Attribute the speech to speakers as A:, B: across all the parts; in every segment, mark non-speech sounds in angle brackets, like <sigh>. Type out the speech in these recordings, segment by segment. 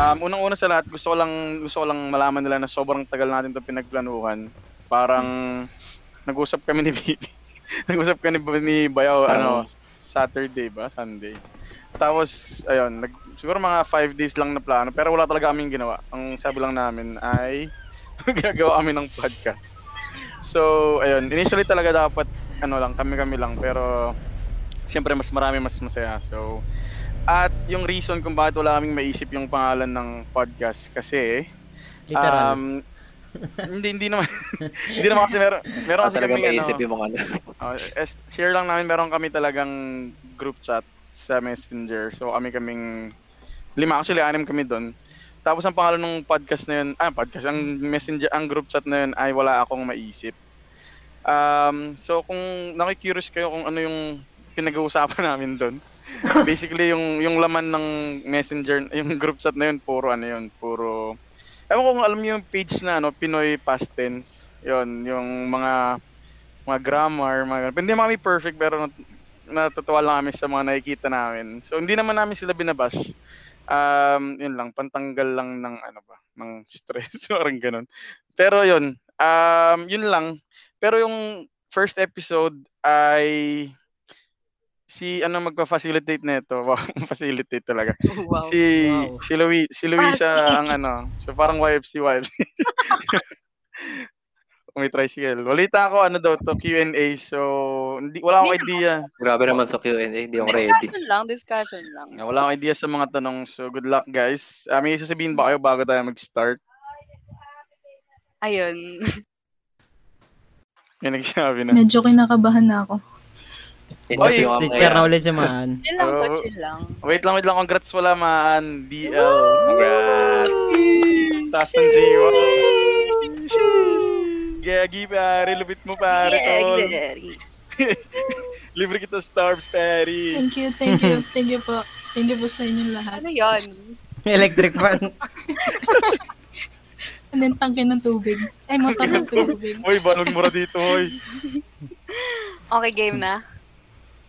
A: Um, unang-una sa lahat, gusto ko lang gusto ko lang malaman nila na sobrang tagal natin 'to pinagplanuhan. Parang nag-usap kami ni Bibi. <laughs> nag-usap kami ni, ni Bayaw ano Saturday ba, Sunday. Tapos ayun, nag, siguro mga 5 days lang na plano pero wala talaga kaming ginawa. Ang sabi lang namin ay <laughs> gagawa kami ng podcast. So, ayun, initially talaga dapat ano lang kami-kami lang pero siyempre mas marami mas masaya. So, at yung reason kung bakit wala kaming maisip yung pangalan ng podcast kasi
B: Literal.
A: um, <laughs> hindi hindi naman <laughs> hindi naman kasi meron meron
C: Pero
A: kasi
C: Ah, talaga
A: kami
C: may
A: ano,
C: isip yung mga <laughs> ano.
A: oh, es- share lang namin meron kami talagang group chat sa Messenger. So kami kaming lima actually anim kami doon. Tapos ang pangalan ng podcast na yun, ah podcast, ang messenger, ang group chat na yun ay wala akong maisip. Um, so kung nakikurious kayo kung ano yung pinag-uusapan <laughs> namin doon, basically yung yung laman ng messenger, yung group chat na yun, puro ano yun, puro Ewan ko kung alam niyo yung page na ano, Pinoy Past Tense. Yun, yung mga mga grammar, mga ganun. Hindi naman kami perfect pero nat- natutuwa lang kami sa mga nakikita namin. So hindi naman namin sila binabash. Um, yun lang, pantanggal lang ng ano ba, ng <laughs> stress, parang ganun. Pero yun, um, yun lang. Pero yung first episode ay si ano magpa-facilitate nito. Wow, <laughs> facilitate talaga.
D: Wow.
A: Si
B: Wow.
A: si Louis, si Luisa
D: Party.
A: ang ano, so parang YFC YFC. <laughs> May tricycle. Walita ako ano daw to Q&A so hindi wala akong idea.
C: Grabe naman sa Q&A, hindi ako ready.
D: Discussion lang, discussion lang.
A: Wala akong idea sa mga tanong. So good luck guys. Ah, may sasabihin ba kayo bago tayo mag-start?
D: <laughs> Ayun.
A: May nagsabi na.
E: Medyo kinakabahan na ako.
C: Hindi
A: Oy,
C: kasi yung mga
B: Teacher na ulit si Man.
D: Chill lang,
A: Oh.
D: chill lang.
A: Wait lang, wait lang. Congrats wala maan. DL. Congrats. Taas ng G1. Gagi pare, lupit mo pare. tol. Libre kita stars pare.
E: Thank you, thank <laughs> you, thank you po. Thank you po sa inyong lahat.
D: Ano yun?
B: <laughs> Electric fan.
E: Anong tangke ng tubig? Ay, motor ng tubig.
A: Hoy, balong mura dito, hoy.
D: Okay, game na.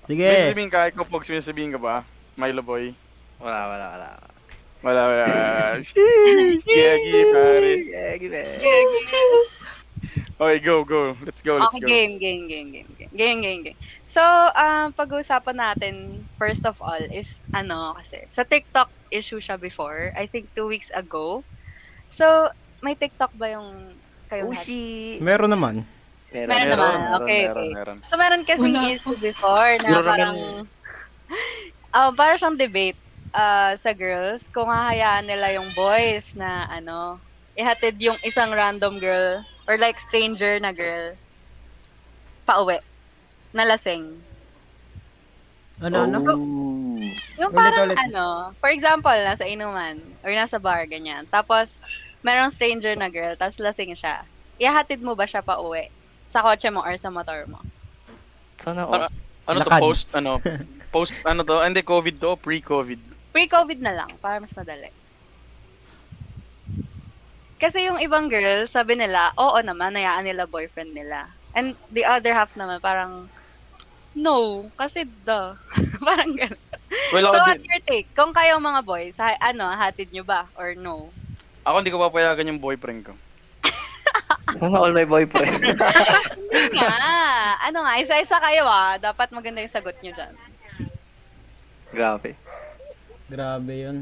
A: May
B: Sige.
A: sasabihin ka, ikaw Pogs, may sasabihin ka ba? Milo boy.
C: Wala, wala, wala.
A: Wala, wala. <laughs> Sheesh! Gagi, pare. Okay, go, go. Let's go, let's
D: Okay,
A: go.
D: game, game, game, game, game, game, game, game. So, um, pag-uusapan natin, first of all, is ano kasi, sa TikTok issue siya before, I think two weeks ago. So, may TikTok ba yung kayong lahat?
B: Meron naman.
C: Meron,
D: Meron
C: meron.
D: naman. Okay, okay.
A: meron.
D: So, meron kasing
E: Wala
D: issue before na
A: Siguro naman-
D: parang, ah parang siyang debate ah, sa girls kung hahayaan nila yung boys na ano, ihatid yung isang random girl or like stranger na girl pauwi na lasing.
B: Ano, ano?
C: Oh.
D: Yung
B: Ulit,
D: parang
B: ulit.
D: ano, for example, nasa inuman or nasa bar, ganyan. Tapos, merong stranger na girl, tapos lasing siya. Ihahatid mo ba siya pa uwi? Sa kotse mo or sa motor mo?
C: Sana all.
A: Ano to,
B: Lakad.
A: post, ano? Post, ano to? Ah, Hindi, COVID to, pre-COVID.
D: Pre-COVID na lang, para mas madali. Kasi yung ibang girl, sabi nila, oo naman, nayaan nila boyfriend nila. And the other half naman, parang, no, kasi the, <laughs> parang gano'n.
A: Well,
D: So
A: ako
D: what's
A: din.
D: your take? Kung kayo mga boys, ha- ano, hatid nyo ba or no?
A: Ako hindi ko papayagan yung boyfriend ko.
C: Sana all my boyfriend.
D: Yun
A: <laughs>
D: nga. ano nga, isa-isa kayo ah. Dapat maganda yung sagot nyo dyan.
C: Grabe.
B: Grabe yun.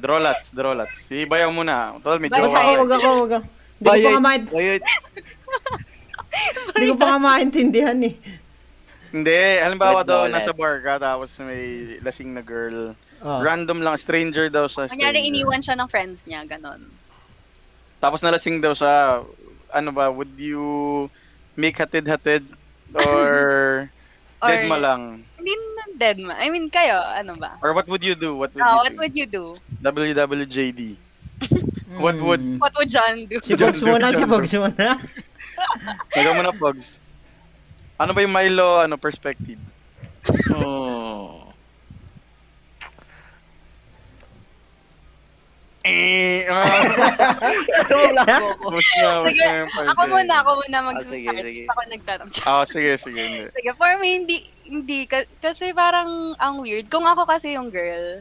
A: Drolats, drolats. Ibayaw muna. Total, may
D: Bakit
B: Wag
A: jowa.
B: ako,
A: ako.
B: wag ako, wag ako. Hindi ko pa nga main-
C: Bayot.
B: Hindi ko pa nga maintindihan eh.
A: Hindi, halimbawa
C: Red
A: daw,
C: wallet.
A: nasa bar ka, tapos may lasing na girl.
F: Ah.
B: Oh.
A: Random lang, stranger daw sa stranger.
D: Kunyari, iniwan siya ng friends niya, ganon.
A: Tapos nalasing daw sa ano ba, would you make hatid-hatid or dead
D: <laughs> Or-
A: ma lang?
D: Hindi na dead ma. I mean, kayo, ano ba?
A: Or what would you do? What would
D: Ah,
A: you
D: what
A: do?
D: would you do?
A: WWJD.
B: Mm.
A: What would-
D: What would John do?
B: Si Bogs muna, si Bogs muna.
A: Nagawa mo na pogs. Ano ba yung Milo ano perspective?
C: Hmm.
A: Eh, <laughs> ah, ubus na, ubus na yung
D: Ako
A: person.
D: muna, ako muna
C: Ah, sige,
D: mag-start.
C: sige.
D: Ako nagtatanong.
A: Ah, sige, sige. Hindi.
D: <laughs> Sige, for me, hindi, hindi. ka- Kasi parang ang weird. Kung ako kasi yung girl,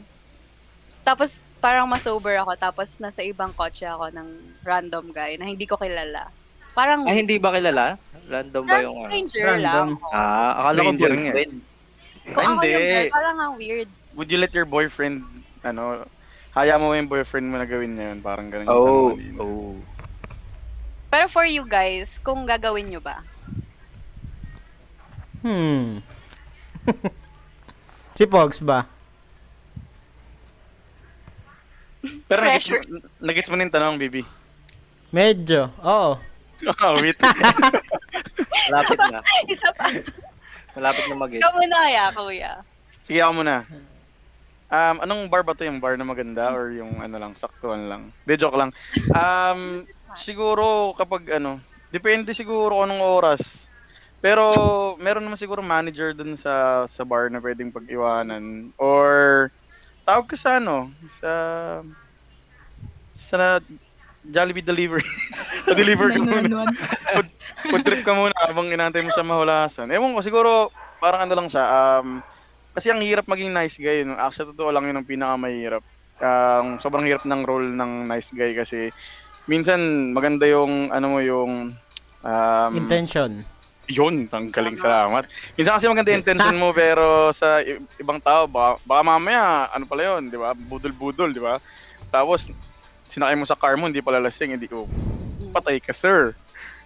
D: Tapos parang masober ako tapos nasa ibang kotse ako ng random guy na hindi ko kilala. Parang
C: <laughs> Ay, Ah, hindi ba kilala? Random ba yung...
D: parang stranger lang.
B: Random.
D: oo.
C: Ah, akala ko
A: Stranger nga.
C: boyfriend.
D: Kung ako
A: Hindi.
D: yung girl, parang ang weird.
A: Would you let your boyfriend, ano, haya mo yung boyfriend mo na gawin niya yun? Parang ganun. yung
C: Oh.
A: eh. tanong kanina.
C: Oh.
D: Pero for you guys, kung gagawin nyo ba?
B: <laughs> Hmm. <laughs> si Pogs ba?
A: Pero nagets mo,
D: Pressure.
A: nagets mo na yung tanong, Bibi. <laughs>
B: Medyo. Oo.
A: oh, wait.
C: Malapit na.
D: <laughs> Isa pa.
C: Malapit na mag-gets.
D: Ikaw muna kaya, kuya.
A: Sige, ako muna. Um, anong bar ba to yung bar na maganda or yung ano lang, saktuhan lang? De, joke lang. Um, siguro kapag ano, depende siguro kung anong oras. Pero meron naman siguro manager dun sa sa bar na pwedeng pag-iwanan or tawag ka sa ano, sa sa Jollibee delivery. <laughs> deliver ka muna.
E: 911.
A: Food trip ka muna habang inaantay mo siya mahulasan. Ewan ko, siguro parang ano lang siya. Um, kasi ang hirap maging nice guy. No? Actually, totoo lang yun ang pinakamahirap. Um, sobrang hirap ng role ng nice guy kasi minsan maganda yung ano mo yung um,
B: Intention.
A: yun, ang galing salamat. Minsan kasi maganda yung intention mo pero sa i- ibang tao, baka, baka mamaya, ano pala yun, di ba? Budol-budol, di ba? Tapos, sinakay mo sa car mo, hindi pala lasing, hindi ko, patay ka sir.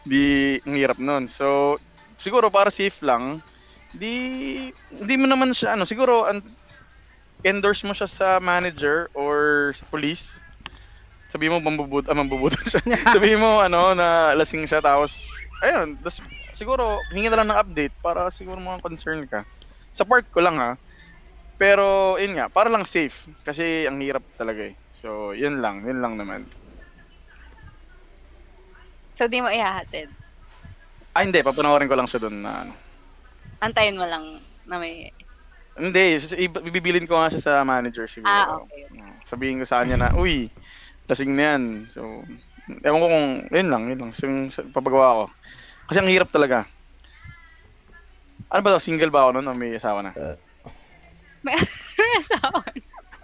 A: Di, ang hirap nun. So, siguro para safe lang, di, hindi mo naman siya, ano, siguro, an- endorse mo siya sa manager or sa police. Sabi mo, mambubud, ah, mambubudol <laughs> siya. Sabi mo, ano, na lasing siya, tapos, ayun, tas siguro, hingi na lang ng update para siguro mga concern ka. Sa part ko lang ha. Pero, yun nga, para lang safe. Kasi ang hirap talaga eh. So, yun lang, yun lang naman.
D: So di mo ihahatid.
A: Ah, hindi, papanoorin ko lang siya doon na ano.
D: Antayin mo lang na may...
A: Hindi, s- i- bibilin ko nga siya sa manager siguro.
D: Ah, okay.
A: Sabihin ko sa kanya na, uy, lasing na yan. So, ewan ko kung, yun lang, yun lang. So, yung sa- papagawa ko. Kasi ang hirap talaga. Ano ba to? Single ba ako noon o may asawa na?
D: May <laughs> may asawa.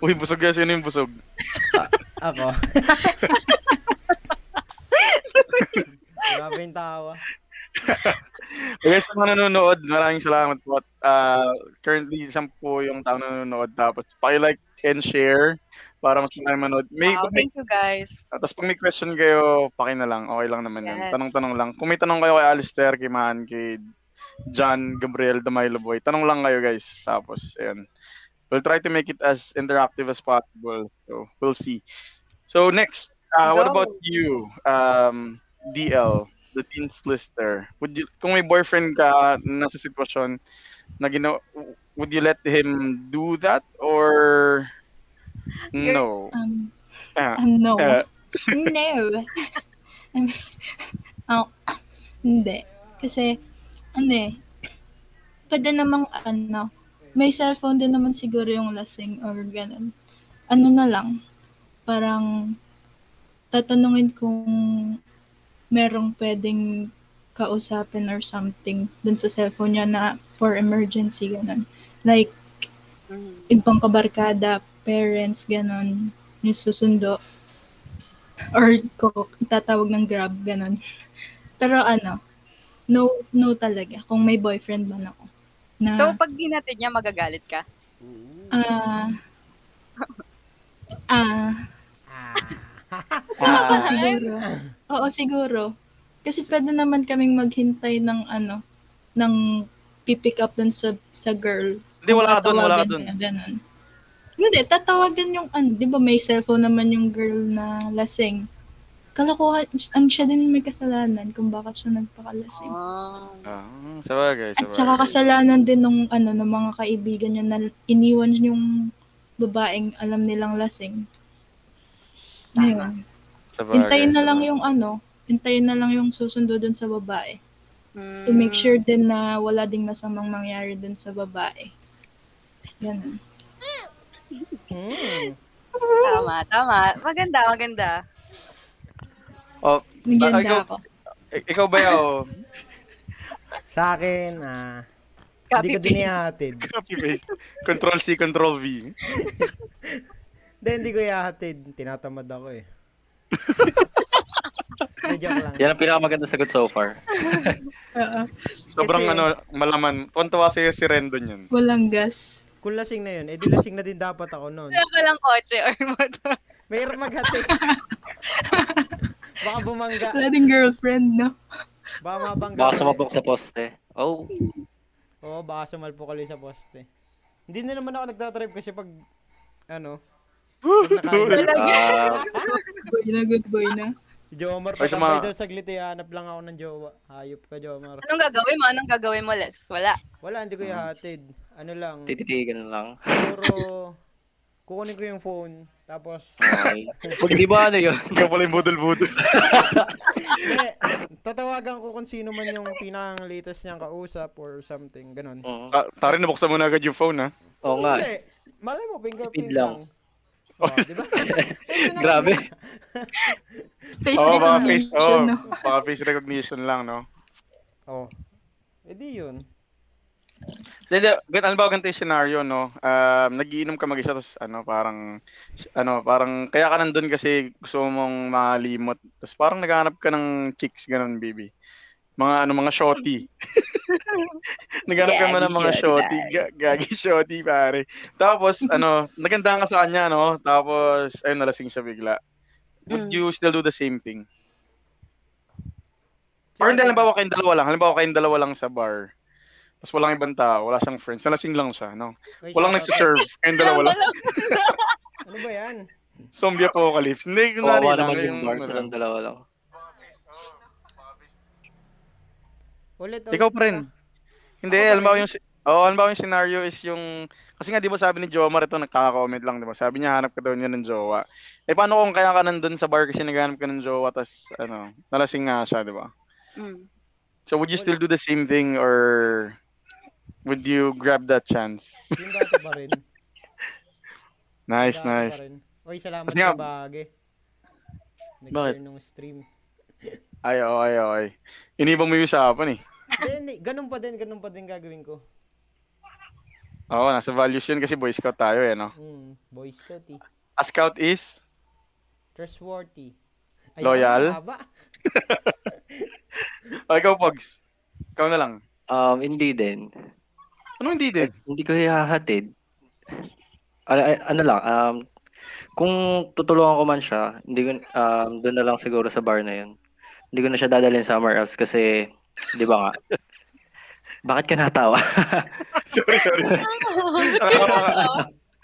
A: Uy, busog yan. Sino yung busog? <laughs>
B: Ako. Grabe yung tawa.
A: Guys, sa mga nanonood, maraming salamat po. At, ah, currently, isang po yung tao na nanonood. Tapos, like and share para mas maraming manood. May,
D: Wow,
A: may,
D: thank you guys.
A: tapos pag may question kayo, paki na lang. Okay lang naman yun.
D: Yes.
A: Tanong-tanong lang. Kung may tanong kayo kay Alistair, kay Mahan, kay John, Gabriel, Damaylo Boy, tanong lang kayo guys. Tapos, ayan. We'll try to make it as interactive as possible. So, we'll see. So, next. Uh, what
D: Go.
A: about you, um, DL, the teens lister? Would you, kung may boyfriend ka na sa sitwasyon na gino, would you let him do that or
D: <laughs>
A: no?
E: Um,
A: Ah,
E: ah, no.
D: Oh,
A: ah,
E: no. I mean, oh, hindi. Kasi, ano eh, pwede namang, ano, may cellphone din naman siguro yung lasing or ganun. Ano na lang, parang tatanungin kung merong pwedeng kausapin or something dun sa cellphone niya na for emergency, ganun. Like,
D: Mhm.
E: ibang kabarkada, parents, ganon, yung susundo. Or ko, tatawag ng grab, ganon. <laughs> Pero ano, no, no talaga. Kung may boyfriend man ako. Na,
D: So pag di natin niya, magagalit ka.
E: ah, ah, oo,
A: ah.
E: siguro. Oo, siguro. Kasi pwede naman kaming maghintay ng ano, ng pipick up dun sa, sa girl
A: Hindi, wala ka doon, wala ka
E: Tatawagan
A: doon.
E: niya, ganun. Hindi, tatawagan yung, ano, di ba may cellphone naman yung girl na lasing. Kalakuhan, an siya din may kasalanan kung bakit siya nagpakalasing.
D: Oh.
A: Ah, sabagay,
E: At
A: sabagay.
E: saka kasalanan din nung, ano, ng mga kaibigan niya na iniwan yung babaeng alam nilang lasing. Ayun.
A: Sabagay,
E: Hintayin na lang
A: sabagay.
E: yung ano, hintayin na lang yung susundo dun sa babae.
D: Mm.
E: To make sure din na wala ding masamang mangyari dun sa babae. Ganun.
B: Hmm.
D: Tama, tama. Maganda, maganda.
A: Oh, Ah, ikaw-
E: Ganda ako.
A: ik- ikaw ba <laughs> yaw?
B: Sa akin, ah,
D: Copy
B: hindi ko
D: paste.
B: dinihatid.
A: Copy paste. Control C, Control V.
F: Hindi, hindi ko iahatid. Tinatamad ako
A: <laughs>
F: eh. Hindi, joke lang.
C: Yan ang pinakamaganda sagot so far.
E: Oo.
A: Sobrang
F: Kasi-
A: ano, malaman. Tuwan-tuwa sa'yo si Rendon yun.
E: Walang gas.
F: Kung lasing na yun, eh di lasing na din dapat ako noon.
D: Wala ka lang kotse or <laughs> motor.
F: Mahirap maghatid. Baka bumangga.
E: Wala ding girlfriend, no?
F: Baka mabangga.
C: Baka
F: ako eh.
C: sumabok sa poste. Oh,
F: Oo, baka sumalpo ka ulit sa poste. Hindi na naman ako nagdadrive kasi pag, ano, pag nakain.
C: ah,
E: Good boy na, good boy na.
F: Jomar,
A: Ay, sa mga-
F: patambay daw saglit eh. Hanap lang ako ng jowa. Hayop ka, Jomar.
D: Anong gagawin mo? Anong gagawin mo, Les? Wala.
F: Wala, hindi ko
A: Hmm.
F: ihahatid. Ano lang,
C: tititigan lang.
F: siguro, kukunin ko yung phone. Tapos,
C: Okay. Hindi ba ano yun?
A: <laughs> Ikaw pala yung budol-budol.
F: hindi, tatawagan ko kung sino man yung pinang latest niyang kausap or something, ganun.
C: Oo
A: Ta- Tari, nabuksan mo Ah, na agad yung phone, ha?
C: Oo nga. eh.
F: Hindi, malay mo, fingerprint
C: Speed lang.
F: lang. Oh, di
C: <laughs>
F: ba? Kasi naman-
C: Grabe.
E: Face
A: Oo, baka face,
E: recognition,
A: oh,
E: no?
A: baka face recognition lang, no?
F: Oh. Eh di yun.
A: Hindi, gan ano ba ganito yung scenario, no? Um, nagiinom ka mag-isa, tapos ano, parang, ano, parang, kaya ka nandun kasi gusto mong malimot. Tapos parang naghahanap ka ng chicks, ganun, baby. Mga, ano, mga shorty. <laughs> naghanap ka mo ng mga
D: Gagi
A: shorty, ga- gagi shorty, pare. Tapos, ano, nagandahan ka sa kanya, no? Tapos, ayun, nalasing siya bigla. Would
D: Mm.
A: you still do the same thing? Or hindi, halimbawa kayong dalawa lang. Halimbawa kayong dalawa lang sa bar. Tapos walang ibang tao, wala siyang friends. Nalasing lang siya, no?
F: May
A: Walang
F: shoutout.
A: nagsiserve. Kayong dalawa lang.
F: Ano ba yan?
A: Zombie apocalypse. Hindi, kung
C: Kawawa
A: lang,
C: naman yung
A: yung-
C: bar sa dalawa lang.
F: Ulit, ulit.
A: Ikaw pa rin. Hindi,
F: Ako pa
A: halimbawa
F: rin.
A: yung... Oh, halimbawa yung scenario is yung... Kasi nga, di ba sabi ni Jomar ito, nagkaka-comment lang, di ba? Sabi niya, hanap ka daw niya ng jowa. Eh, paano kung kaya ka nandun sa bar kasi naghanap ka ng jowa, tas, ano, nalasing nga siya, di ba?
D: Mm.
A: So, would you still do the same thing or would you grab that chance?
F: Yung dati pa rin.
A: Nice, <laughs>
F: Dati
A: nice.
F: pa rin. Uy, salamat
A: Kasi nga-
F: sa bagay. Nag-share nung stream.
A: Ay, oo, ay, oo, ay. Iniba mo yung usapan eh.
F: Hindi, hindi. Ganun pa din, ganun pa din gagawin ko.
A: Oo, nasa values yun kasi Boy Scout tayo eh, no?
F: Mm, Boy Scout eh.
A: A Scout is?
F: Trustworthy.
A: Loyal?
F: ang haba.
A: O, Oh, ikaw, Pogs. Ikaw na lang.
C: Um, hindi din.
A: Ano hindi din?
C: Hindi ko ihahatid. Ano, ano lang, um, kung tutulungan ko man siya, hindi ko, um, doon na lang siguro sa bar na yun. Hindi ko na siya dadalhin somewhere else kasi, di ba nga, bakit ka natawa?
A: <laughs>
C: <laughs>
A: sorry, sorry.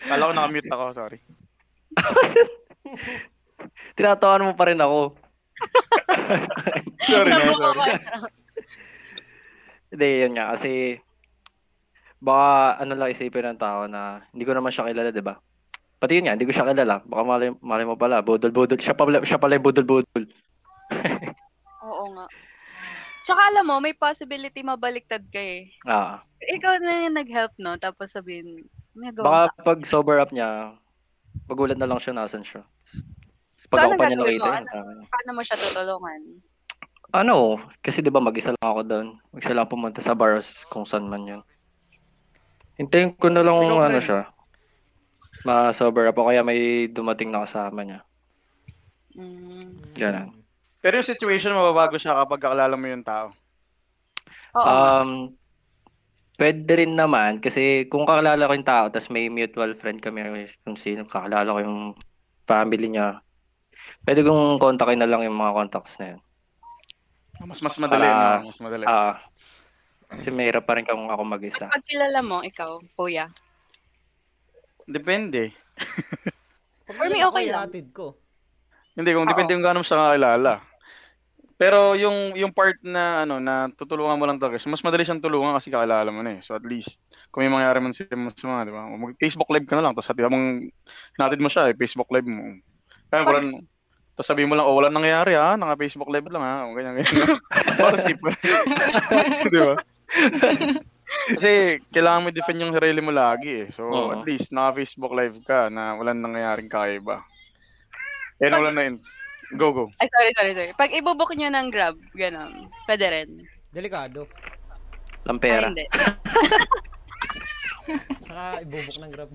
A: Kala ko nakamute ako, sorry.
C: Tinatawan mo pa rin ako.
A: Sorry, man, sorry.
C: Hindi, yun nga, kasi, baka ano lang isipin ng tao na hindi ko naman siya kilala, di ba? Pati yun nga, hindi ko siya kilala. Baka malay, malay mo pala, budol-budol. Siya pala, siya pala yung budol-budol.
D: Oo nga. Tsaka alam mo, may possibility mabaliktad ka eh.
C: Ah.
D: Ikaw na yung nag-help, no? Tapos sabihin, may gawa
C: Baka
D: sa
C: pag sober up niya, magulat na lang siya nasan siya. Tapos
D: So,
C: Pag ako
D: anong
C: pa niya
D: gagawin
C: nakita,
D: mo?
C: yun, tama.
D: Paano mo siya tutulungan?
C: ano, kasi di ba mag-isa lang ako doon. Mag-isa lang pumunta sa bars kung saan man yun. Hintayin ko na lang
A: Ikaw,
C: ano
A: Glenn.
C: siya. Ma-sober up o kaya may dumating na kasama niya.
D: Mm.
C: Ganun.
A: Pero yung situation, mababago siya kapag kakilala mo yung tao.
D: Oo.
A: Ah,
C: Um, pwede rin naman kasi kung kakilala ko yung tao tapos may mutual friend kami kung sino kakilala ko yung family niya. Pwede kong kontakin na lang yung mga contacts na yun.
A: Mas mas madali,
C: Ah.
A: no? mas madali.
C: Ah. kasi mahirap pa rin kung ako mag-isa.
D: Pag kilala mo, ikaw, kuya.
A: Depende.
F: Pag
D: For me,
F: nilako,
D: okay lang.
F: ihatid ko.
A: Hindi, kung depende kung gaano mo siya kakilala. Pero yung yung part na ano na tutulungan mo lang talaga, siya, mas madali siyang tulungan kasi kakilala mo na eh. So at least kung may mangyari man sa mo sa mga, di ba? Mag Facebook live ka na lang tapos hatid mong natid mo siya eh, Facebook live mo. Kaya wala nang- tapos sabihin mo lang, oh, wala nangyayari ha, naka Facebook live lang ha, O, ganyan,
G: <laughs>
A: ganyan. Para skip. <laughs> di ba? Kasi kailangan mo defend yung sarili mo lagi eh. So
C: Oo.
A: at least naka Facebook live ka na walang nangyayaring kakaiba. Yan wala na yun. Go, go.
D: Ay, sorry, sorry, sorry. Pag ibubook niyo ng grab, ganun, pwede rin.
F: Delikado.
D: Ay,
C: Lampera.
D: hindi.
F: Saka ibubok ng grab.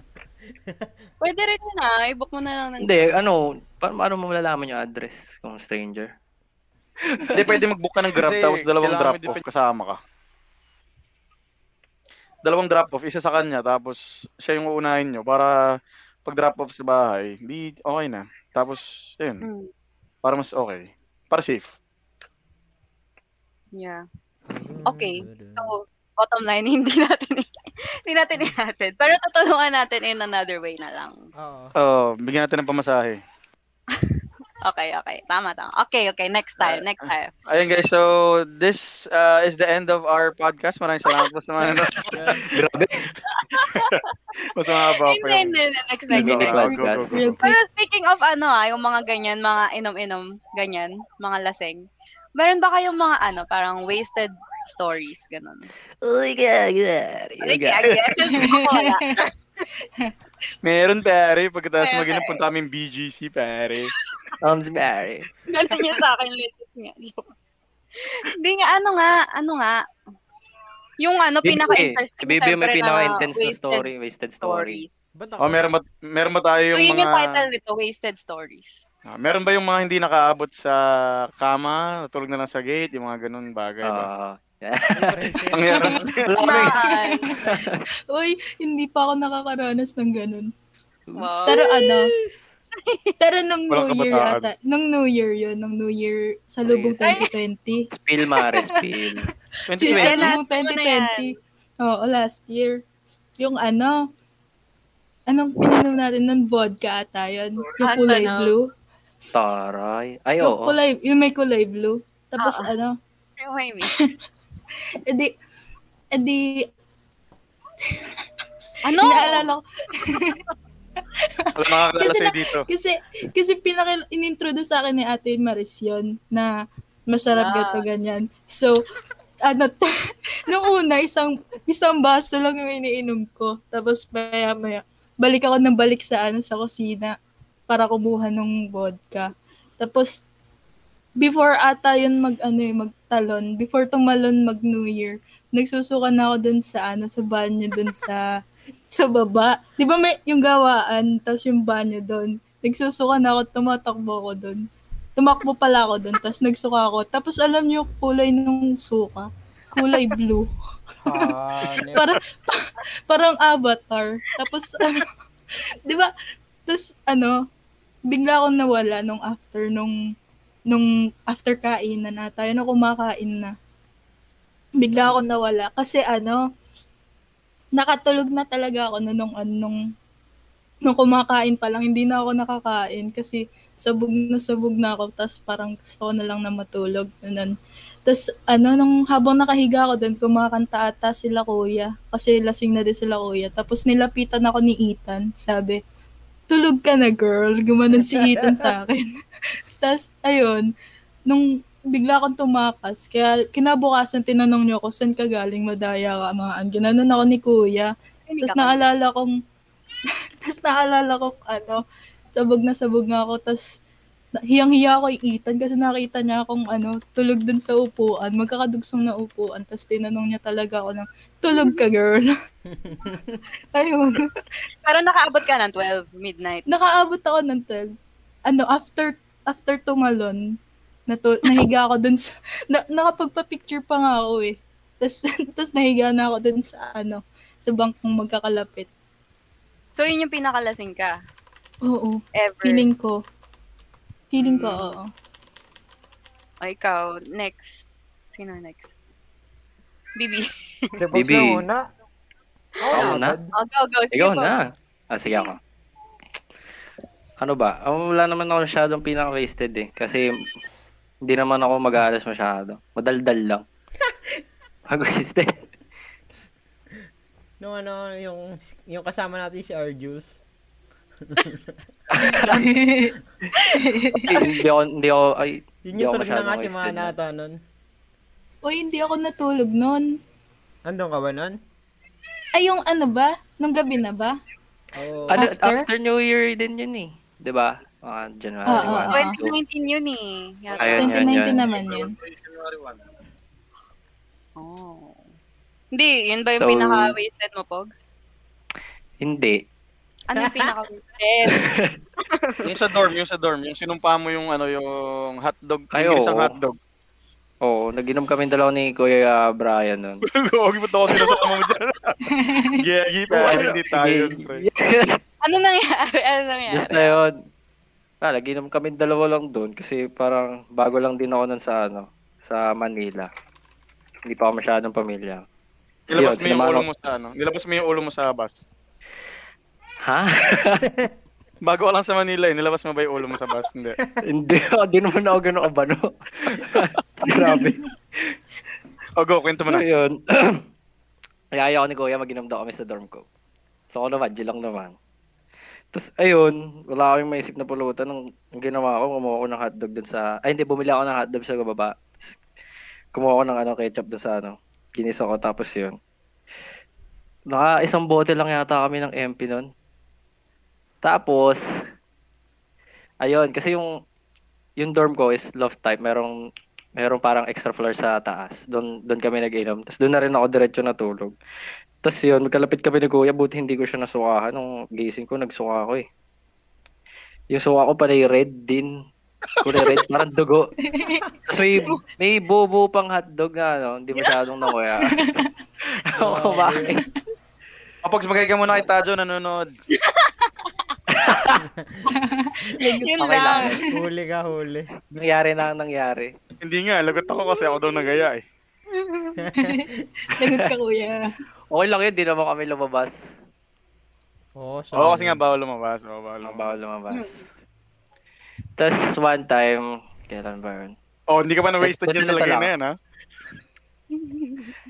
D: Pwede rin yun ah. I-book mo na lang ng...
C: Hindi, ano, pa- paano mo malalaman yung address kung stranger?
A: Hindi, pwede mag-book ka ng grab
G: Kasi
A: tapos dalawang drop
G: kailangan may
A: off kasama ka. Dalawang drop off, isa sa kanya tapos siya yung uunahin nyo para pag drop off sa bahay, di okay na. Tapos, ayun,
D: Mm,
A: para mas okay. Para safe.
D: yeah. Okay.
F: Mm.
D: So, bottom line, <laughs> hindi natin hindi natin ihatid. Pero tutulungan natin in another way na lang.
F: Oo.
A: Oh, bigyan natin ng pamasahe.
D: Okay, okay. Tama, tama. Okay, okay. Next
A: Ah,
D: time, next time.
A: Ayun guys, so this uh, is the end of our podcast. Maraming salamat po sa mga ano, <laughs> nanonood. Grabe. Mas mahaba pa
D: Hindi,
A: yun.
D: hindi, hindi. Next time.
C: Hindi
A: Go, go,
C: na
A: go, go,
C: podcast.
A: go.
E: Real
D: Pero
E: quick.
D: speaking of ano ah, yung mga ganyan, mga inom-inom, ganyan, mga laseng. Meron ba kayong mga ano, parang wasted stories, ganun?
C: Uy, gagad.
D: Wala.
A: Meron pare, pagkatapos
D: Meron,
A: mag-inom
D: pare.
A: punta kami BGC pare.
C: I'm sorry.
D: Ganun niya sa akin, legit nga. Joke. Hindi nga, ano nga, ano nga, yung ano,
C: Si Bibi,
D: pinaka-interesting.
C: eh. si Bibi may
D: syempre,
C: pinaka-intense na
D: wasted
C: story, wasted story.
D: stories.
F: Ba't ako?
A: Oh, meron ba, meron ba tayo
D: So,
A: yung
D: yun yung title
A: mga
D: nito, Wasted Stories.
A: Ah, meron ba yung mga hindi nakaabot sa kama, natulog na lang sa gate, yung mga ganun bagay ba?
C: Ah,
A: Ang
C: <laughs>
A: meron.
D: Mahal.
E: Uy, hindi pa ako nakakaranas ng ganun.
D: wow.
E: Pero ano, pero nung
A: Walang
E: New Year
A: kabataan.
E: ata, nung New Year yun, nung New Year sa lubong
C: Ay.
E: 2020.
C: spill, Mare, spill.
A: 2020.
D: Last
E: Sa lubong
D: year na yan.
E: 2020. Oo, last year. Yung ano, anong pininom natin nun? Vodka ata yun. Yung
D: Ano
E: kulay
D: na?
E: blue.
C: Taray. Ay,
E: Yung,
C: oo.
E: kulay, yung may kulay blue. Tapos
D: Oo.
E: ano,
D: Wait, wait.
E: edi, edi,
D: Ano?
E: inaalala ko,
A: Alam nakakalala
E: Kasi
A: sa'yo
E: na-
A: dito.
E: kasi, kasi pinaka, inintroduce sa akin ni Ate Maris yun, na masarap
D: Ah.
E: gato ganyan. So, ano, <laughs> nung una, isang, isang baso lang yung iniinom ko. Tapos, maya, maya, balik ako ng balik sa, ano, sa kusina para kumuha ng vodka. Tapos, before ata yun mag, ano, eh, magtalon, before tumalon mag New Year, nagsusuka na ako dun sa, ano, sa banyo dun sa, <laughs> sa baba. Di ba may, yung gawaan, tapos yung banyo dun. Nagsusuka na ako, tumatakbo ako dun. Tumakbo pala ako dun, tapos nagsuka ako. Tapos alam niyo kulay nung suka. Kulay blue.
F: Ah, ne-
E: <laughs> Parang, pa- parang avatar. Tapos, ano, <laughs> di ba? Tapos, ano, bigla akong nawala nung after, nung, nung after kainan na tayo, nung kumakain na. Bigla akong nawala. Kasi, ano, nakatulog na talaga ako na nung, ano, nung, nung kumakain pa lang, hindi na ako nakakain kasi sabog na sabog na ako, tapos parang gusto ko na lang na matulog. Ganun. Tapos ano, nung habang nakahiga ako doon, kumakanta ata sila kuya. Kasi lasing na din sila kuya. Tapos nilapitan ako ni Ethan. Sabi, tulog ka na girl. Gumanon si Ethan sa akin. Tapos ayun, nung bigla akong tumakas, kaya kinabukasan tinanong niyo ako, saan ka galing madaya ka mga ang ginanon ako ni kuya. Tapos naalala kong, <laughs> tapos naalala kong ano, sabog na sabog nga ako, tapos na- hiyang-hiya ako kay Ethan kasi nakita niya akong ano, tulog dun sa upuan, magkakadugsong na upuan, tapos tinanong niya talaga ako ng, tulog ka girl. <laughs> Ayun.
D: Pero nakaabot ka ng 12 midnight.
E: Nakaabot ako ng 12. Ano, after, after tumalon, natu- nahiga ako dun sa, na, nakapagpa-picture pa nga ako eh. Tapos, <laughs> tapos nahiga na ako dun sa ano, sa bangkong magkakalapit.
D: So, yun yung pinakalasing ka
E: Oo.
D: ever.
E: Feeling ko. Feeling ko,
D: Mm.
E: oo.
D: O, ikaw, next. Sino next? Bibi.
F: Si Pogs
C: Bibi.
F: na una. Ako
C: Ako na?
F: agad.
D: O, go, go. Sige
C: Ikaw
D: po.
C: na. Ah, sige ako. Ano ba? Oh, wala naman ako masyadong pinaka-wasted eh. Kasi hindi naman ako mag-aalas masyado. Madaldal lang. Pag-wasted.
F: Nung ano, yung, yung kasama natin si Arjules.
C: hindi ako, hindi ako, ay,
F: Yun
C: Hindi ako
F: yung tulog na nga
C: masyadong
F: si
C: wasted nun.
F: Manata nun.
E: Uy, hindi ako natulog nun.
F: Andun ka ba nun?
E: Ay, yung ano ba? Nung gabi na ba?
F: Oo.
C: ano, after?
E: After?
C: New Year din yun eh. 'Di ba? Mga January
E: Oo, oo,
D: ah.
E: oo.
D: 2019 yun eh. Yata.
C: Ayun, yun,
E: 2019
C: yun.
E: naman yun.
D: Oh. Hindi, yun ba yung
C: So-
D: pinaka-wasted mo, Pogs?
C: 1. Hindi.
D: Ano yung
C: <laughs>
D: pinaka-weekend?
A: Yung sa dorm, yung sa dorm, yung sinumpa mo yung ano yung hotdog,
C: Ay,
A: yung isang
C: oo.
A: hotdog.
C: Oo, oh, naginom kami dalawa ni Kuya Brian nun.
A: Huwag mo ako sinasama mo dyan. Gagi pa, <laughs> hindi tayo. pre.
D: Ano nangyari? Ano nangyari?
C: Yes na yun. Ah, naginom kami dalawa lang doon kasi parang bago lang din ako nun sa ano, sa Manila. Hindi pa ako masyadong pamilya.
A: Nilabas
C: Kasi yun,
A: mo yung
C: sinamahan
A: ulo
C: ako-
A: mo sa ano. Nilabas mo yung ulo mo sa bus.
C: Ha? <laughs>
A: Bago ka lang sa Manila eh, nilabas mo ba yung ulo mo sa bus? Hindi.
C: Hindi, hindi naman ako ganun
A: <laughs>
C: kabano. <laughs> Grabe.
A: O Oh, go, kwento mo
C: So
A: na.
C: yun, <clears throat> ayaya ko ni Kuya, maginom daw kami sa dorm ko. So ako naman, G lang naman. Tapos ayun, wala kaming maisip na pulutan. Ang ang ginawa ko, kumuha ko ng hotdog dun sa... Ay hindi, bumili ako ng hotdog sa baba. Tapos, Kumuha ko ng ano, ketchup dun sa ano. Ginisa ko tapos yun. Naka isang bote lang yata kami ng MP nun. Tapos, ayun, kasi yung yung dorm ko is loft type. Merong merong parang extra floor sa taas. Doon doon kami nag-inom. Tapos doon na rin ako diretso natulog. Tapos yun, magkalapit kami ni Kuya, buti hindi ko siya nasukahan. Nung gising ko, nagsuka ako eh. Yung suka ko pala red din. Kulay red, <laughs> parang dugo. Tapos may, may bobo pang hotdog na ano, hindi masyadong <laughs> nakuya. Ako bakit?
A: Kapag magay ka muna kay Tajo, nanonood.
D: Yun
C: Okay lang.
D: lang.
F: Huli ka, huli.
C: Nangyari na ang nangyari.
A: Hindi nga, lagot ako kasi ako daw nagaya eh.
E: Lagot ka, kuya.
C: Okay lang yun, di naman kami lumabas.
F: Oo, siya.
A: Oo, kasi nga bawal lumabas. Oo, bawal
C: Walang
A: lumabas.
C: bawal lumabas. Tapos one time, kailan ba yun?
A: Oh, hindi ka pa na-wasted dyan sa
C: Nagsalita
A: lagay
C: lang.
A: na yan, ha?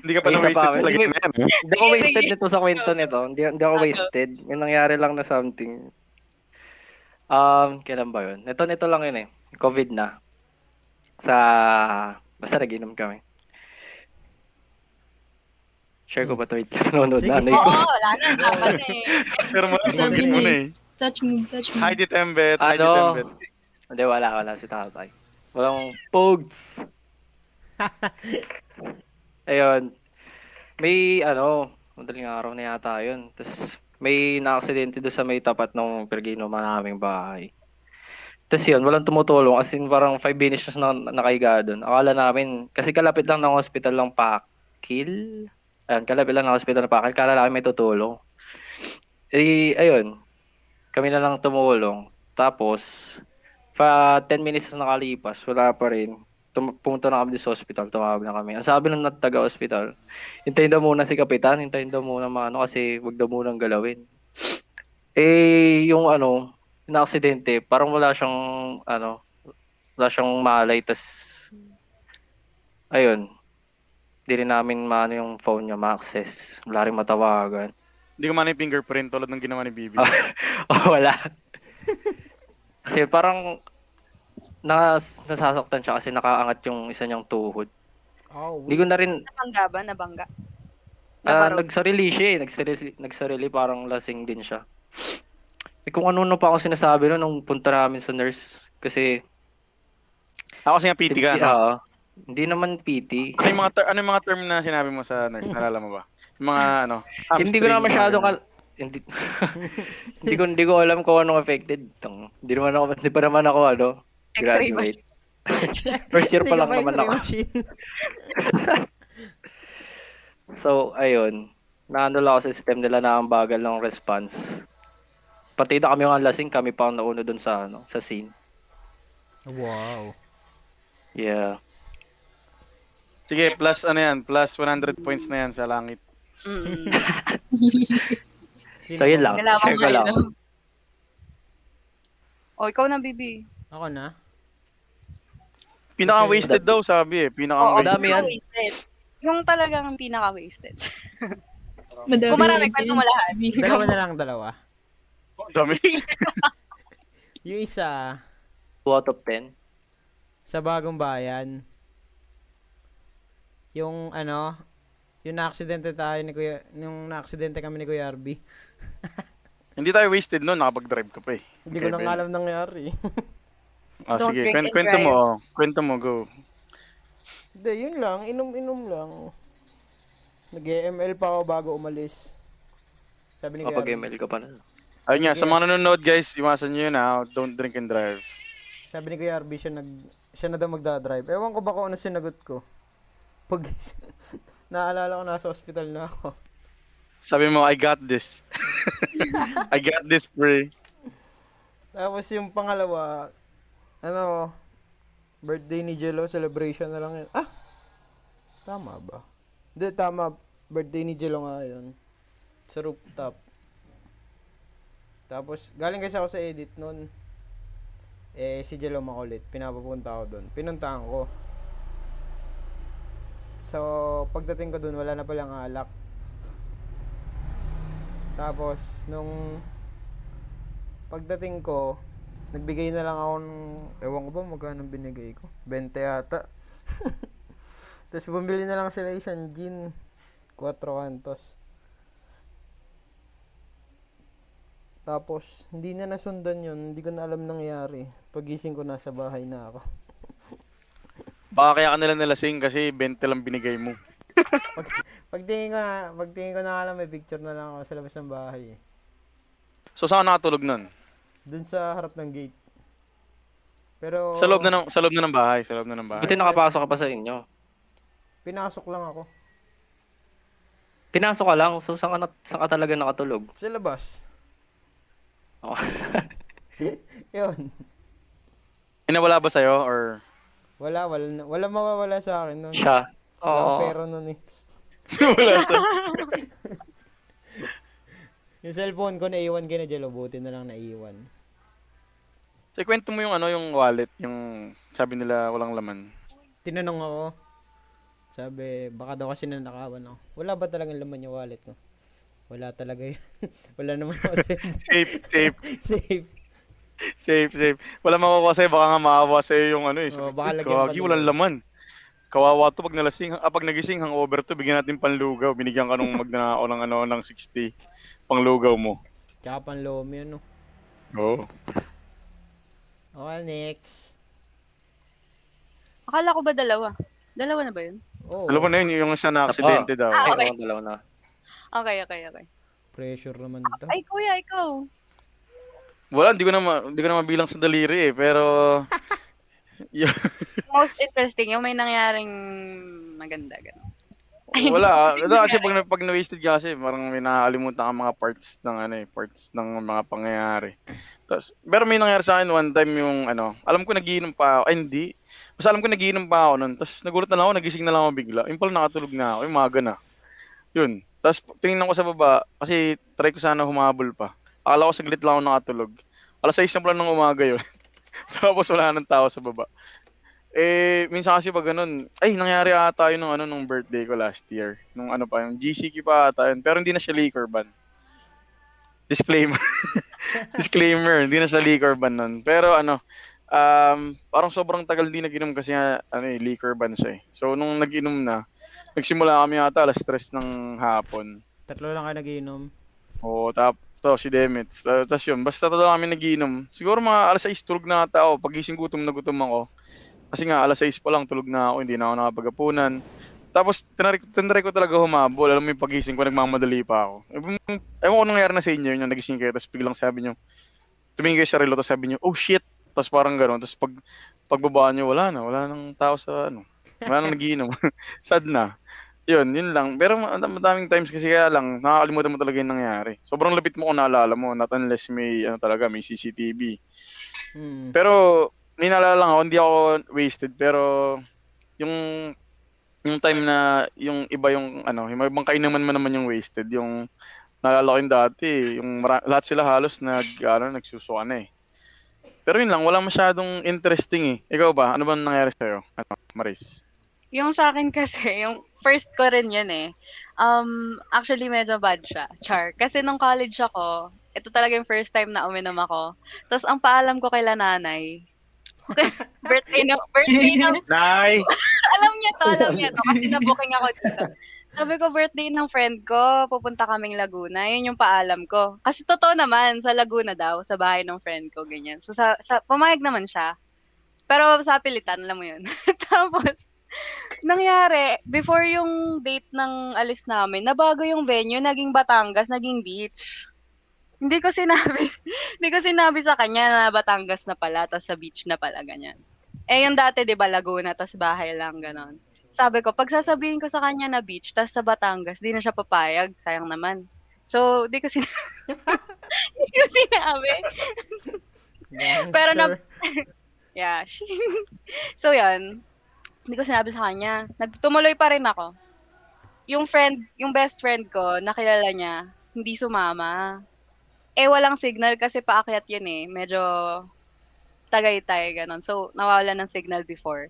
A: Hindi ka pa
C: May isa
A: na-wasted
C: pa.
A: sa lagay na yan. ha?
C: Hindi ako wasted nito sa kwento nito. Hindi, hindi ako wasted. May nangyari lang na something. Um, kailan ba yun? Ito, nito lang yun eh. COVID na. Sa, basta nag-inom kami. Share ko ba ito? Wait lang, nanonood
F: Sige.
C: na. Ano
D: Oo,
C: yung-
D: Oh, wala na. Dapat na eh.
A: Pero mo,
E: Sabi
A: mag-git
E: niya
A: muna eh.
E: eh. Touch move, touch move.
A: Hi, Ditembet. Hi,
C: Ano?
A: Ditembet.
C: Hindi, wala, wala si tatay. Walang pogs. Ayun. May, ano, madaling araw na yata yun. Tapos, may na-aksidente doon sa may tapat ng Pergino naming bahay. Tapos yun, walang tumutulong. As in, parang 5 minutes na na- nakahiga doon. Akala namin, kasi kalapit lang ng hospital ng Pakil. Ayun, kalapit lang ng hospital ng Pakil. Kala namin may tutulong. Eh, ayun. Kami na lang tumulong. Tapos, pa 10 minutes na nakalipas, wala pa rin. Tum- pumunta na kami sa hospital, tumawag na kami. Ang sabi ng nat- taga-hospital, hintayin daw muna si kapitan, hintayin daw muna mga ano kasi wag daw munang galawin. Eh, yung ano, na aksidente, parang wala siyang ano, wala siyang malay tas ayun. Hindi rin namin maano yung phone niya ma-access. Wala rin matawagan.
A: Hindi ko man yung fingerprint tulad ng ginawa ni Bibi.
C: Ah. <laughs> Oh, wala. kasi parang nas, nasasaktan siya kasi nakaangat yung isa niyang tuhod.
F: Oh,
C: Hindi ko na rin,
D: Nabangga ba? Nabangga.
C: ah,
D: Nabarog.
C: nagsarili siya eh. Nagsarili, nagsarili, parang lasing din siya. Eh kung ano pa ako sinasabi no, nung punta namin sa nurse. Kasi,
A: Ako kasi nga PT ka,
C: Hindi-
A: no?
C: oo. hindi naman PT.
A: Ano yung mga, ter- ano yung mga term na sinabi mo sa nurse? Nalala mo ba? Yung mga ano?
C: hindi ko na
A: hamstring,
C: masyado
A: mga ganun.
C: kal... Hindi, <laughs> hindi ko hindi ko alam kung anong affected. Tang, hindi naman ako hindi pa naman ako ano,
D: X-ray machine.
C: graduate. <laughs> First year pa lang naman ako. So, ayun. Naano lang ako sa system nila na ang bagal ng response. Pati na kami ang lasing, kami pa ang nauna dun sa, ano, sa scene.
F: Wow.
C: Yeah.
A: Sige, plus ano yan? Plus 100 points na yan sa langit.
D: Mm.
F: Sino
C: So, yun lang.
D: Kailangan
C: Share ko
D: kayo
C: lang.
D: na. O, Oh, ikaw na, Bibi.
F: Ako
D: <laughs>
F: na?
A: Pinaka-wasted daw, sabi eh.
D: Oo,
A: Pinaka-wasted.
C: dami Oh, yan.
D: Oh, pinaka-wasted. Yung talagang pinaka-wasted. <laughs>
E: Madami.
D: Kumarami, kwento mo
E: <laughs>
D: lahat.
F: Dalawa na lang, dalawa.
A: <laughs> Dami.
F: Yung isa,
C: 2 out of 10.
F: sa bagong bayan. Yung ano, yung na-aksidente tayo ni Kuya, yung na-aksidente kami ni Kuya Arby.
A: Hindi tayo wasted noon, nakapag-drive ka pa eh.
F: Hindi
A: Okay,
F: ko na nga
A: Ben.
F: alam nangyari.
A: Ah,
D: Don't
A: sige,
D: drink
A: kwen-
D: and
A: kwento
D: drive.
A: mo. oh. Kwento mo, go.
F: <laughs> Hindi, yun lang. Inom-inom lang. Nag-ML pa ako bago umalis. Sabi ni Kuya
C: Kapag
F: Arby.
C: ML ka pa na.
A: Ayun nga, sa mga nanonood guys, iwasan nyo yun ha. Don't drink and drive.
F: Sabi ni Kuya RB, siya, nag, siya na daw magdadrive. Ewan ko ba kung ano sinagot ko. Pag <laughs> naalala ko, nasa hospital na ako.
A: Sabi mo, I got this. <laughs> I got this, pre.
F: Tapos yung pangalawa, ano, birthday ni Jello, celebration na lang yun. Ah! Tama ba? Hindi, tama. Birthday ni Jello nga yun. Sa rooftop. Tapos, galing kasi ako sa edit noon. Eh, si Jello makulit. Pinapapunta ako doon. Pinuntahan ko. So, pagdating ko doon, wala na palang alak. Tapos, nung pagdating ko, nagbigay na lang ako ng, ewan ko ba magkano binigay ko? 20 yata. <laughs> Tapos bumili na lang sila isang gin, 4 kantos. Tapos, hindi na nasundan yun, hindi ko na alam nangyari. Pagising ko, nasa bahay na ako. <laughs>
A: Baka kaya ka nila nalasing kasi 20 lang binigay mo.
F: Pag, pagtingin ko na, pagtingin ko na alam, may picture na lang ako sa labas ng bahay. eh.
A: So saan ka nakatulog nun?
F: Dun sa harap ng gate. Pero,
A: Sa loob na ng, sa loob na ng bahay, sa loob na ng bahay.
C: Buti nakapasok ka pa sa inyo.
F: pinasok lang ako.
C: Pinasok ka lang, so saan ka, na- saan ka talaga nakatulog?
F: Sa labas.
C: Oh. <laughs>
F: <laughs> Yun.
A: Inawala Eh, ba sa'yo or <laughs>
F: Wala, wala, na- wala mawawala sa akin nun.
C: Siya.
F: Wala akong
C: Oo.
F: pera nun eh.
A: wala siya?
F: Yung cellphone ko naiwan kay na Jello, buti na lang naiwan.
A: So, kwento mo yung ano, yung wallet, yung sabi nila walang laman.
F: Tinanong ako, sabi, baka daw kasi nanakawan ako. Wala ba talagang laman yung wallet ko? Wala talaga yun. <laughs> wala naman ako safe.
A: Safe, safe,
F: <laughs> safe.
A: <laughs> safe, safe. Wala makukuha sa'yo, baka nga maawa sa'yo yung ano eh. Sabi,
F: Oo, Oh, baka
A: "Uy,
F: lagyan pa
A: kawagi,
F: nila."
A: walang laman. Kawawa to pag nalasing, ah, pag nagising, hangover to, bigyan natin panlugaw. Binigyan ka nung <laughs> magnanao ng ano, ng 60. Panglugaw mo. Oh.
F: Tsaka panloob yun, no?
A: Oo.
F: Okay, next.
D: Akala ko ba dalawa? Dalawa na ba yun?
F: Oh,
A: Alam mo na yun, yung siya na aksidente daw.
D: Ah,
C: Ay,
D: okay.
C: oo, dalawa na.
D: Okay, okay, okay.
F: pressure naman ito.
D: Ay, kuya, ikaw.
A: Wala, hindi ko na, ma- hindi ko na mabilang sa daliri eh, pero...
F: <laughs>
A: yun,
D: Most interesting, yung may nangyaring maganda. Ganun.
A: wala. ah. Wala kasi pag, na- pag na-wasted ka kasi, parang may nakakalimutan ka mga parts ng ano eh, parts ng mga pangyayari. Tapos, pero may nangyari sa akin one time yung ano, alam ko nagiinom pa ako, ay hindi. Basta alam ko nagiinom pa ako nun. Tapos nagulat na lang ako, nagising na lang ako bigla. Yung pala nakatulog na ako, yung maga na. Yun. Tapos tingnan ko sa baba, kasi try ko sana humabol pa. Akala ko saglit lang ako nakatulog. Alas 6 na pala ng umaga yun. <laughs> Tapos wala nang tao sa baba. Eh, minsan kasi pag ganun, ay, nangyari ata yun nung, ano, nung birthday ko last year. Nung ano pa, yung GCQ pa ata yun. Pero hindi na siya liquor ban. Disclaimer. <laughs> Disclaimer, hindi na siya liquor ban nun. Pero ano, um, parang sobrang tagal din naginom kasi nga, ano eh, liquor ban siya eh. So, nung nag-inom na, nagsimula kami ata alas 3 ng hapon.
F: Tatlo lang kayo nagiinom.
A: Oo, tap to si Demits. Ta- Tapos yun, basta tatawa kami nagiinom. Siguro mga alas 6 tulog na ata ako. Pagising gutom na gutom ako. Kasi nga alas 6 pa lang tulog na ako, hindi na ako nakapagapunan. Tapos tinry, tinry ko talaga humabol. Alam mo yung pagising ko, nagmamadali pa ako. Ewan- Ewan ko anong nangyari na sa inyo, yun yung nagising kayo. Tapos biglang sabi nyo, tumingin kayo sa relo, tapos sabi nyo, oh shit. Tapos parang gano'n. Tapos pag, pagbabaan nyo, wala na. Wala nang tao sa ano. Wala nang nagiinom. <laughs> Sad na yun, yun lang. Pero ma- madaming times kasi kaya lang, nakakalimutan mo talaga yung nangyari. Sobrang lapit mo kung naalala mo, not unless may, ano talaga, may CCTV.
F: Hmm.
A: Pero, may naalala lang ako, hindi ako wasted, pero, yung, yung time na, yung iba yung, ano, yung ibang kainuman mo naman yung wasted, yung, naalala ko yung dati, yung mara- lahat sila halos nag, ano, nagsusuka na eh. Pero yun lang, walang masyadong interesting eh. Ikaw ba? Ano ba nangyari sa'yo? Ano, Maris?
D: Yung sa akin kasi, <laughs> yung first ko rin yun eh. Um, actually, medyo bad siya. Char. Kasi nung college ako, ito talaga yung first time na uminom ako. Tapos ang paalam ko kay nanay. birthday no, birthday no,
A: Nay!
D: alam niya to, alam niya to. Kasi na-booking ako dito. Sabi ko, birthday ng friend ko, pupunta kaming Laguna. Yun yung paalam ko. Kasi totoo naman, sa Laguna daw, sa bahay ng friend ko, ganyan. So, sa, sa, pumayag naman siya. Pero sa pilitan, alam mo yun. <laughs> Tapos, nangyari, before yung date ng alis namin, nabago yung venue, naging Batangas, naging beach. Hindi ko sinabi. <laughs> hindi ko sinabi sa kanya na Batangas na pala, tas sa beach na pala, ganyan. Eh, yung dati, di ba, Laguna, tas bahay lang, ganon. Sabi ko, pag sasabihin ko sa kanya na beach, tas sa Batangas, di na siya papayag. Sayang naman. So, di ko sinabi. <laughs> di ko sinabi. Pero na- Yeah. <laughs> so, yun. Hindi ko sinabi sa kanya. Nagtumuloy pa rin ako. Yung friend, yung best friend ko, nakilala niya, hindi sumama. Eh, walang signal kasi paakyat yun eh. Medyo tagaytay, ganun. So, nawawala ng signal before.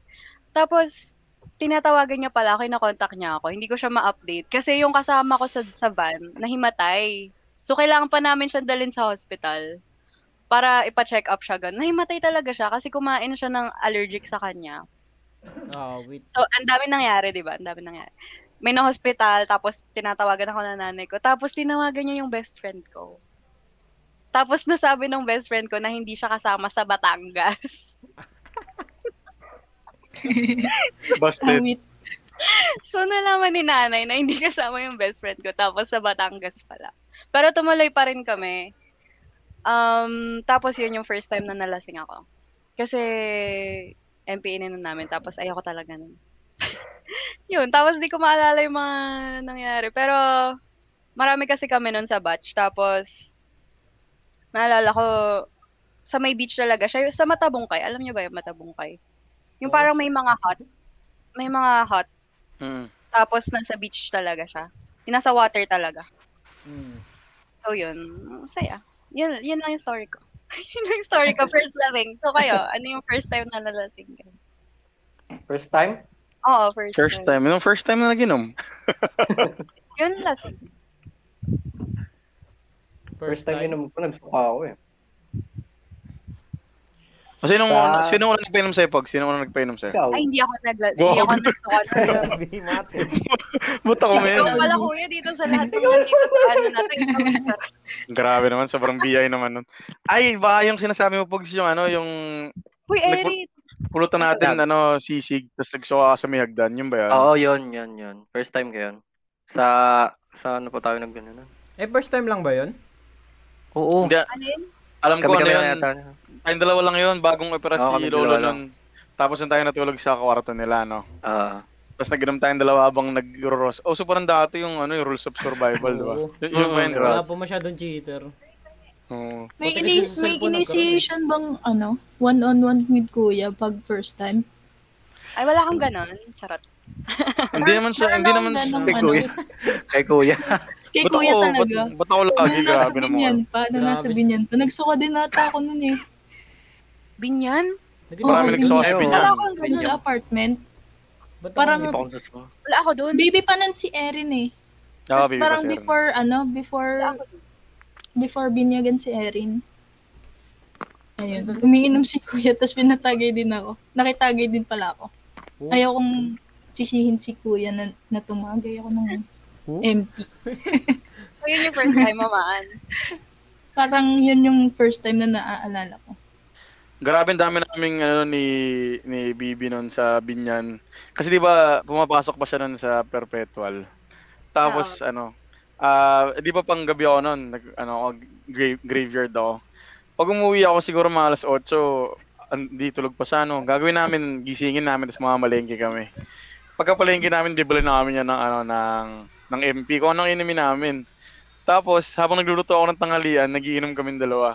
D: Tapos, tinatawagan niya pala ako, kinakontakt niya ako. Hindi ko siya ma-update. Kasi yung kasama ko sa, sa van, nahimatay. So, kailangan pa namin siyang dalhin sa hospital para ipa-check up siya ganun. Nahimatay talaga siya kasi kumain siya ng allergic sa kanya.
F: Ah, wait.
D: So, ang dami nangyari, di ba? Ang dami nangyari. May na-hospital, tapos tinatawagan ako ng nanay ko. Tapos tinawagan niya yung best friend ko. Tapos nasabi ng best friend ko na hindi siya kasama sa Batangas. <laughs>
A: Busted.
E: Pangit.
D: so nalaman ni nanay na hindi <laughs> kasama yung best friend ko tapos sa Batangas pala. Pero tumuloy pa rin kami. Um, tapos yun yung first time na nalasing ako. Kasi MPA na namin tapos ayoko talaga nun. <laughs> yun, tapos di ko maalala yung mga nangyari. Pero marami kasi kami nun sa batch. Tapos naalala ko sa may beach talaga siya. Sa Matabungkay. Alam niyo ba yung Matabungkay? Yung
F: Oo.
D: parang may mga hut. May mga hut
A: Hmm.
D: tapos nasa beach talaga siya. Yung Nasa water talaga.
F: Mm.
D: So yun, saya. Yun, yun lang yung story ko. <laughs> yun lang yung story ko, first lasing. So kayo, ano yung first time na nalasing ka?
C: First time?
D: Oo, first,
A: First time. Yung first time na naginom.
D: Yun lasing.
C: First time yun ko, nagsuka ako eh.
A: O, sino
C: Sa-
A: sino una nagpainom sa'yo, Pog? Sino una nagpainom sa'yo?
C: Ikaw?
D: Ay, hindi ako naglasing.
A: Wow.
D: Hindi ako nagsukan.
F: Grabe, mate.
A: Buta ko,
D: Ikaw
A: men.
D: pala kuya dito sa lahat ng mga dito sa ano natin.
A: Grabe naman, sobrang biyay naman nun. Ay, baka yung sinasabi mo, Pogs, yung ano, yung
D: Uy, Eric!
A: pulutan natin, ano, sisig, tapos nagsuka ka sa may hagdan. Yun ba yan?
C: Oo, yun, yun, yun. First time ko yun. Sa, sa ano pa tayo nagganyan nun?
F: Eh, first time lang ba yun?
C: Oo.
A: Hindi,
D: Alin?
A: alam ko ano
C: Kami-kami lang
A: yun.
C: yata.
A: Tayong dalawa lang yun, bagong opera
C: Oo,
A: si
C: kami
A: Lolo
C: dalawa lang.
A: nun. Tapos yung tayo natulog sa kwarto nila, no?
C: Ah.
A: Tapos naginom tayong dalawa habang nag-ross. Oh, so parang dati yung, ano, yung rules of survival, di ba?
F: Oo.
A: Y- yung
C: Mm,
A: ba yun, di ba?
F: Wala po masyadong cheater.
A: Oo.
E: May,
F: Buti
E: ini
F: kasi sa
E: may
F: cellphone
E: initiation bang ano, one-on-one with kuya pag first time?
D: Ay, wala kang ganon. Charot.
A: Hindi naman siya, hindi naman
E: Parang
A: siya.
E: ganun,
C: Kay
E: ano,
C: kuya. Kay kuya.
E: Kay
A: Ba't
E: kuya
A: ako-
E: talaga.
A: Ba't, ba't ako
C: Ah,
A: lagi,
E: Nung nasa
A: grabe
E: binyan
A: naman.
E: pa, nung nasa
F: Grabe.
E: binyan pa. Nagsuka din nata ako nun eh.
D: Binyan?
F: Hindi
E: Oo,
A: Marami
E: Oo,
A: nagsuka sa
C: binyan.
A: pinyan.
D: Wala akong
E: Ano
D: ganon.
E: sa apartment.
F: Parang...
E: parang-
C: Hindi pa ako nagsuka.
D: Wala ako doon.
E: Baby pa nun si Erin eh.
A: Ah,
E: Tapos
A: baby
E: parang
A: pa siya.
E: before, ano, before, before binyagan si Erin. Ayun. Umiinom si kuya, tapos pinatagay din ako. Nakitagay din pala ako.
F: Oh.
E: Ayaw kong sisihin si kuya na, na tumagay ako ng
F: Oh.
E: MP.
D: So, yun yung first time, mamaan.
E: Parang yun yung first time na naaalala ko.
A: Grabe ang dami naming ano ni ni Bibi noon sa Binyan. Kasi 'di ba pumapasok pa siya noon sa Perpetual. Tapos ano, ah 'di ba panggabi ako noon, nag ano ako, gra- graveyard ako. Pag umuwi ako siguro mga alas 8, an- di tulog pa siya no. Gagawin namin gisingin namin tapos mamamalengke kami. Pagkapalengke namin, bibili namin yan ng ano ng ng MP ko anong inumin namin. Tapos habang nagluluto ako ng tanghalian, nagiinom kami dalawa.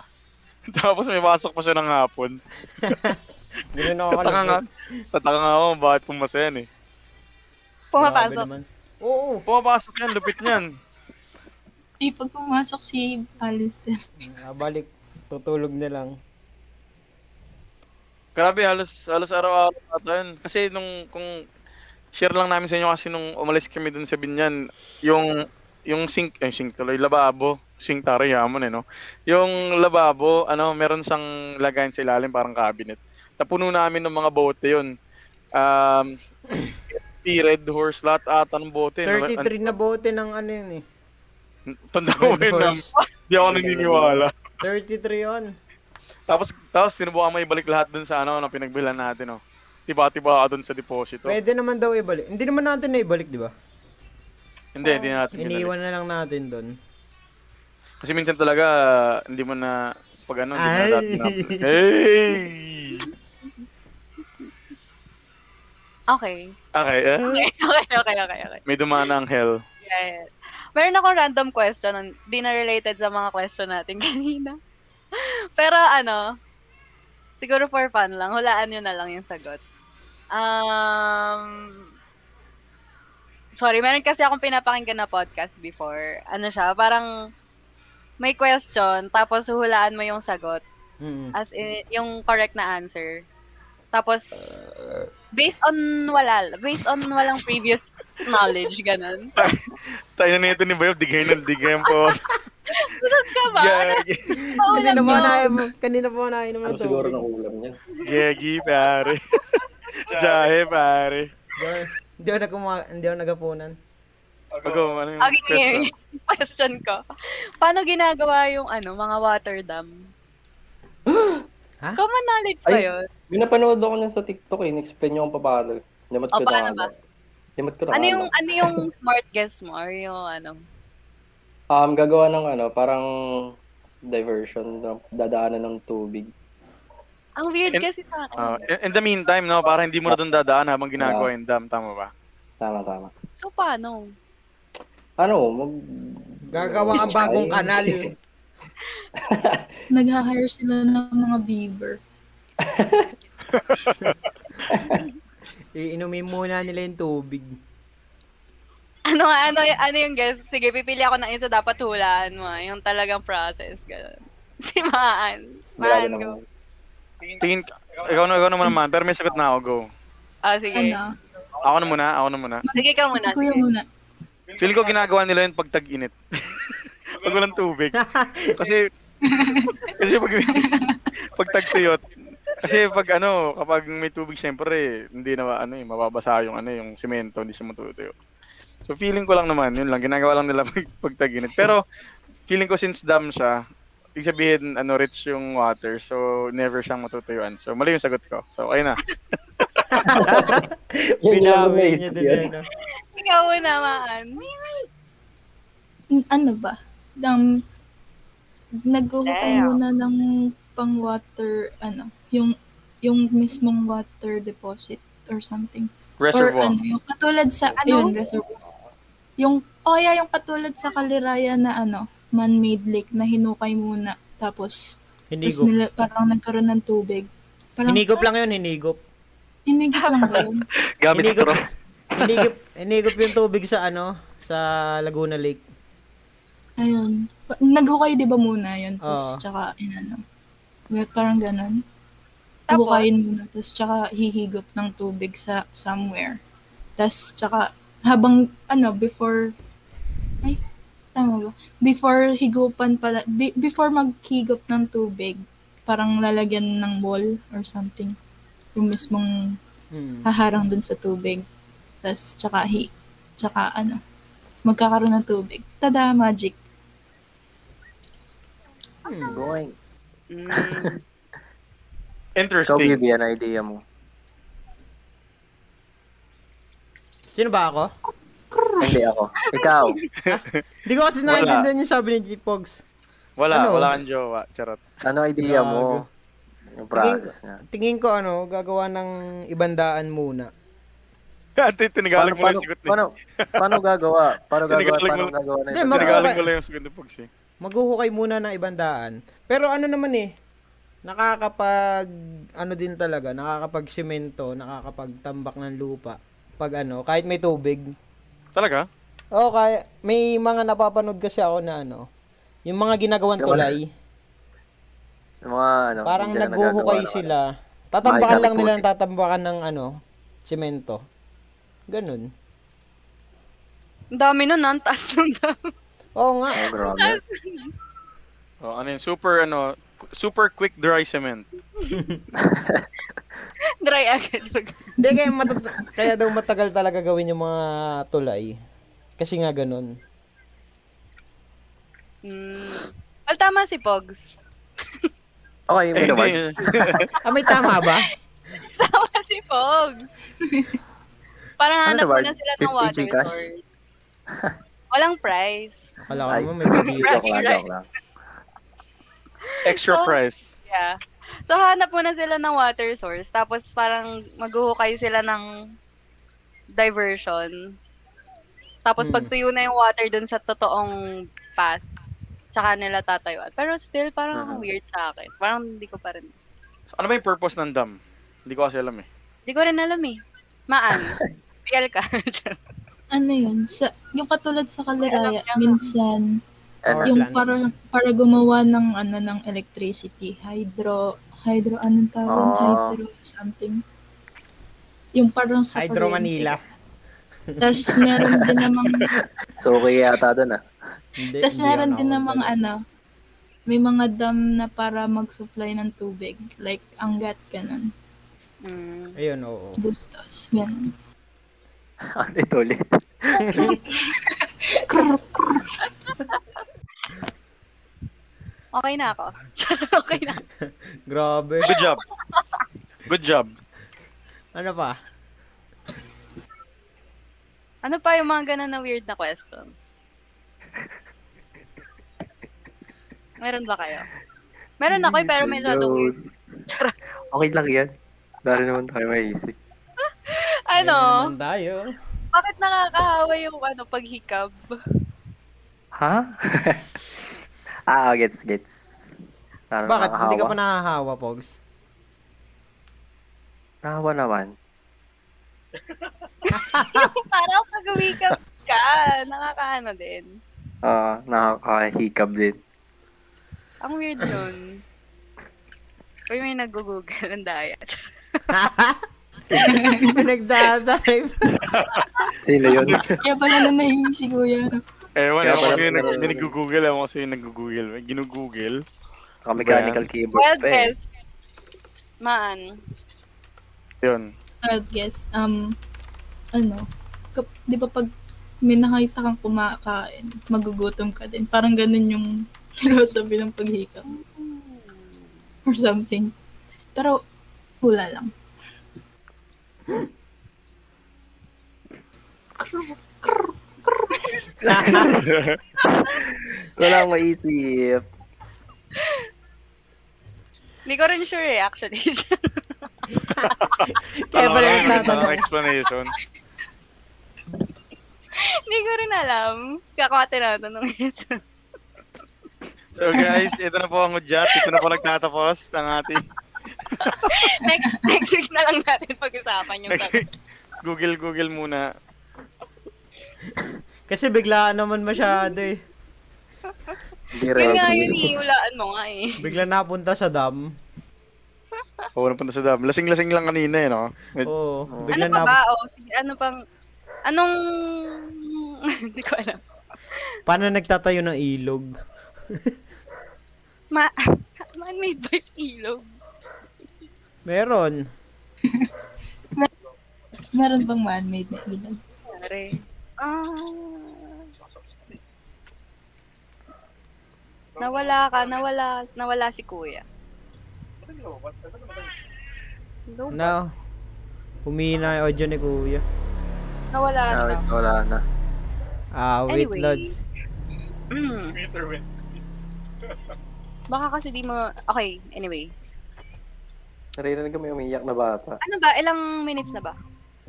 A: <laughs> Tapos may pasok pa siya ng hapon.
F: Ganun ako
A: Tataka nga. Tataka nga ako, bakit pumasa yan eh.
D: Pumapasok.
F: Oo.
A: Pumapasok yan, lupit niyan.
E: Di pag pumasok si Alistair.
F: Ah, balik. Tutulog na lang.
A: Grabe, halos, halos araw-araw ata yun. Kasi nung, kung share lang namin sa inyo kasi nung umalis kami dun sa Binyan, yung, yung sink, eh, sink tuloy, lababo, sink taro, yaman eh, no? Yung lababo, ano, meron siyang lagayan sa ilalim, parang cabinet. Napuno namin ng mga bote yun. Um, <clears throat> Red Horse, lahat ata ng bote. Ano no?
F: 33 na bote ng ano yun eh.
A: Tanda ko
F: Red
A: yun,
F: Horse.
A: Hindi ako naniniwala.
F: 33 yun.
A: Tapos, tapos sinubukan mo ibalik lahat dun sa ano na pinagbilan natin, oh. Tiba-tiba ka dun sa deposito.
F: Pwede naman daw ibalik. Hindi naman natin na ibalik, di ba?
A: Hindi, hindi natin binalik.
F: Iniiwan na lang natin doon.
A: Kasi minsan talaga, hindi mo na, pag ano, hindi mo na
F: Ay!
A: dati na. Hey!
D: Okay.
A: Okay, eh?
D: Okay, okay, okay, okay. okay.
A: May dumana ang hell.
D: Right. Meron akong random question, on- di na related sa mga question natin <laughs> kanina. Pero ano, siguro for fun lang, hulaan nyo na lang yung sagot. Um, sorry, meron kasi akong pinapakinggan na podcast before. Ano siya, parang may question, tapos hulaan mo yung sagot.
F: Mm.
D: As in, yung correct na answer. Tapos, based on wala, based on walang previous knowledge, ganun.
A: Tayo na nito ni Bayo, digay ng digay <laughs> po.
D: Sunod ka ba?
A: Gagi,
D: Paulan
F: Kanina po
D: mo.
F: na kanina po na
C: Ano
F: naman ito.
C: siguro na ulam niya?
A: gagi, pare. Jahe, pare.
F: Hindi ako nagkuma- hindi ako nagapunan.
A: Ako, ano yung
D: Okay,
A: question?
D: yung question ko. Paano ginagawa yung ano, mga water
C: <gasps>
D: dam?
F: Ha?
D: Common knowledge ba
C: Ay.
D: yun?
C: May napanood ako niyan sa TikTok eh. In-explain niyo kung paano. Limat ko
D: O, paano
C: na
D: ba?
C: ano. Limat ko na
D: Ano yung,
C: ano.
D: ano yung smart guess mo? Or yung ano?
C: Um, gagawa ng ano, parang diversion, no? dadaanan ng tubig.
D: Ang weird
A: In-
D: kasi sa akin.
A: Ah, in, in the meantime, no, para hindi mo na doon dadaan habang ginagawa yung dam, tama ba?
C: Tama, tama.
D: so, paano?
C: Ano, mag...
F: Gagawa ang bagong kanal.
E: Nag-hire sila ng mga beaver.
F: Iinumin muna nila yung tubig.
D: Ano, ano, ano yung guess? Sige, pipili ako ng isa dapat hulaan mo. ah. Yung talagang process. Ganun. <laughs> Si Maan.
C: Grabe
D: Maan, go.
C: naman.
A: Tingin, ikaw na, ikaw naman naman, pero may sagot na ako, go.
D: Ah, sige.
E: Ano?
A: Ako na muna, ako na muna.
D: Sige ka muna.
E: Si Kuya muna.
A: Feel ko ginagawa nila yun pag tag-init. <laughs> pag walang tubig. Kasi, kasi pag, <laughs> pag tag-tuyot, kasi pag ano, kapag may tubig, syempre, hindi na ano eh, mababasa yung ano, yung semento, hindi siya matutuyo. So feeling ko lang naman, yun lang, ginagawa lang nila <laughs> pag, pag tag-init. Pero, feeling ko since dam siya, ibig sabihin, ano, rich yung water, so never siyang matutuyuan. So, mali yung sagot ko. So, ayun na.
C: Yun yung
F: Binawi
C: amazed
F: niya din
C: yun.
F: yun. ah.
D: Ikaw muna, Maan.
E: Mm, Ano ba? Um, Nagkuhukay
D: Damn.
E: muna ng pang water, ano, yung yung mismong water deposit or something. Or
A: Reservoir.
E: ano, yung katulad sa,
D: Ano?
E: ayun, reservoir. Yung, oh yeah, yung katulad sa Kaliraya na ano, man-made lake na hinukay muna. Tapos, tapos
F: Hinigop.
E: nila, parang nagkaroon ng tubig. Parang,
F: Hinigop lang yun, hinigop.
E: Hinigop lang ba yun?
C: Gamit
F: Hinigop,
C: straw.
F: <laughs> hinigop, hinigop yung tubig sa ano, sa Laguna Lake.
E: Ayun. Pa- Naghukay di ba muna yun? Tapos,
F: Oo.
E: tsaka, inano. Well, Parang ganun.
D: Tapos?
E: Hukayin muna. Tapos, tsaka hihigop ng tubig sa somewhere. Tapos, tsaka, habang, ano, before, ay, tama ba? Before higupan pala, be- before maghigop ng tubig, parang lalagyan ng wall or something. Yung mismong
F: Hmm.
E: haharang dun sa tubig. Tapos, tsaka hi. Tsaka ano, magkakaroon ng tubig. Tada, magic.
C: Boy.
D: Mm.
C: Ikaw,
A: Interesting.
C: Bibi, ano idea mo?
F: Sino ba ako?
C: Hindi ako. Ikaw.
F: Hindi ko kasi
A: Wala.
F: naiintindihan yung sabi ni G-Pogs.
A: Wala,
F: Ano?
A: wala kang jowa. Charot.
C: Ano idea mo? Yung process niya.
F: Tingin ko ano, gagawa ng ibandaan muna.
A: Ate, tinigalag mo lang
C: paano,
A: yung sigot eh. ni.
C: paano, paano gagawa? Paano gagawa?
A: Tinigalig mo
C: Paano
A: lang.
C: gagawa na
F: Hindi,
C: ito?
F: mag-
A: Tinigalag mo lang yung sigot ni Pogs eh.
F: Maghuhukay muna ng ibandaan. Pero ano naman eh, nakakapag ano din talaga, nakakapag semento, nakakapag tambak ng lupa pag ano, kahit may tubig.
A: Talaga?
F: Oo, kaya may mga napapanood kasi ako na ano, yung mga ginagawang
C: Gawa-
F: tulay,
C: Yung mga ano,
F: parang
C: hindi na
F: naghuhukay
C: nagagawa
F: sila. Tatambakan
C: Mahigang
F: lang nila
C: putik.
F: ng tatambakan ng ano, semento. Ganun.
D: Ang dami nun, ang taas ng dami.
F: Oo nga.
C: naman. Oh, grabe.
A: O, ano yun? Super, ano, qu- super quick dry cement.
D: <laughs> Dry agad.
F: Hindi, kaya, matat- <laughs> kaya daw matagal talaga gawin yung mga tulay. Kasi nga ganun.
D: Mm. Well, tama si Pogs. <laughs>
C: Okay, may
A: Eh,
C: naman.
A: hindi.
F: Ah, may tama ba?
D: Tama si Pogs.
C: Ano
D: Parang hanap
C: ba?
D: muna sila
C: 50
D: ng water
C: Gcash?
D: source. O, Walang price.
F: Akala ko
C: Ay.
F: naman may pag
C: Joke lang, joke lang.
A: <laughs> Extra
D: Oh.
A: price.
D: Yeah. So, hanap muna sila ng water source. Tapos, parang maghuhukay sila ng diversion. Tapos,
F: Hmm.
D: pagtuyo na yung water dun sa totoong path, tsaka nila tatayuan. Pero still, parang
C: Mhm.
D: weird sa akin. Parang hindi ko pa rin.
A: Ano ba yung purpose ng dam? Hindi ko kasi alam eh.
D: Hindi ko rin alam eh. Maan. PL ka. <laughs>
E: Ano yun? Sa, yung katulad sa
D: Alam
E: Kalaraya,
D: niya.
E: minsan,
C: Ano?
F: Or
E: yung
F: plan.
E: para, para gumawa ng ano ng electricity, hydro, hydro, anong tawag?
C: Ah.
E: Hydro something. Yung parang sa
F: Hydro
E: Corrientes.
F: Manila.
E: Tapos meron din
F: <laughs>
E: namang,
C: So, okay yata dun ah. <laughs>
F: Hindi,
E: tapos
F: hindi
E: meron
F: ako
E: din namang ano,
F: nagdadala.
E: may mga dam na para mag-supply ng tubig. Like, anggat, ganun.
D: Mm.
F: Ayun, oo.
E: Bustos, ganun.
C: Ano ito ulit?
E: Krrr, krrr.
D: Okay na ako. okay na.
F: Grabe.
A: Good job. Good job.
F: Ano pa?
D: Ano pa yung mga ganun na weird na question? Meron ba kayo? Meron ako, eh, pero meron ako weird.
C: <laughs> Okay lang yan. Dari naman tayo may isip.
D: Ano?
F: Ayun naman tayo.
D: Bakit nakakahawa yung ano, paghikab?
C: Ha? <laughs> ah, gets, gets. Parang
F: Bakit? Hindi ka
C: nakakahawa.
F: pa nakahawa, Pogs?
C: Nakahawa naman.
D: <laughs> Parang pag-wikab ka. Nakakaano din.
C: Ah, nakakahikab din.
D: Ang weird nun. Uy, may nag-google. Ang daya.
F: <laughs> Pinagdadive.
C: Sino <laughs> yun?
E: Kaya pala nanahimik si Kuya.
A: Ewan,
C: Kaya
A: ewan ko
C: pala-
A: sino yung nag- ginigugugel. Ewan ko sino yung nag-google. May Ginugugel.
C: Naka mechanical keyboard
D: Wild
C: pa eh.
D: guess. Maan.
A: Yun.
E: I'd guess, um, ano, kap- di ba pag may nakita kang kumakain, magugutom ka din. Parang ganun yung <laughs> philosophy ng paghikap. Or something. Pero, hula lang.
C: Wala akong maisip.
D: Hindi ko rin sure eh, actually. <laughs>
F: Kaya pala
A: Alam ko,
F: nagtatanong.
A: ganda ng explanation.
D: Hindi ko rin alam. Kaya ko nga tinatanong yun.
A: So guys, ito na po ang udyat. Ito na po nagtatapos ng ating
D: <laughs> next, next week na lang natin pag-usapan yung
A: next <laughs> week. Google, Google muna.
F: Kasi biglaan naman masyado eh.
C: Hindi
D: Yun nga
C: ready.
D: yun, iulaan mo nga eh.
F: Bigla napunta sa dam.
A: Oo, napunta sa dam. Lasing-lasing lang kanina eh, no? Med-
F: Oo.
D: Ano
F: Bigla
D: pa ba?
F: na...
D: O, sige, ano pang... Anong... <laughs> Hindi ko alam.
F: Paano nagtatayo ng ilog?
D: Ma... Man-made by ilog.
F: Meron.
E: Meron bang man-made na ilaw?
D: Pare. Ah... Nawala ka, nawala, nawala si kuya. No,
F: No. Humihina yung audio ni Kuya.
D: nawala ka
C: Ah,
D: na.
C: Wala na.
F: Ah, wait,
D: Anyway.
F: lads.
D: Mm. Baka kasi di mo, okay, anyway.
C: Narinig ko may umiyak na bata.
D: Ano ba, ilang minutes na ba?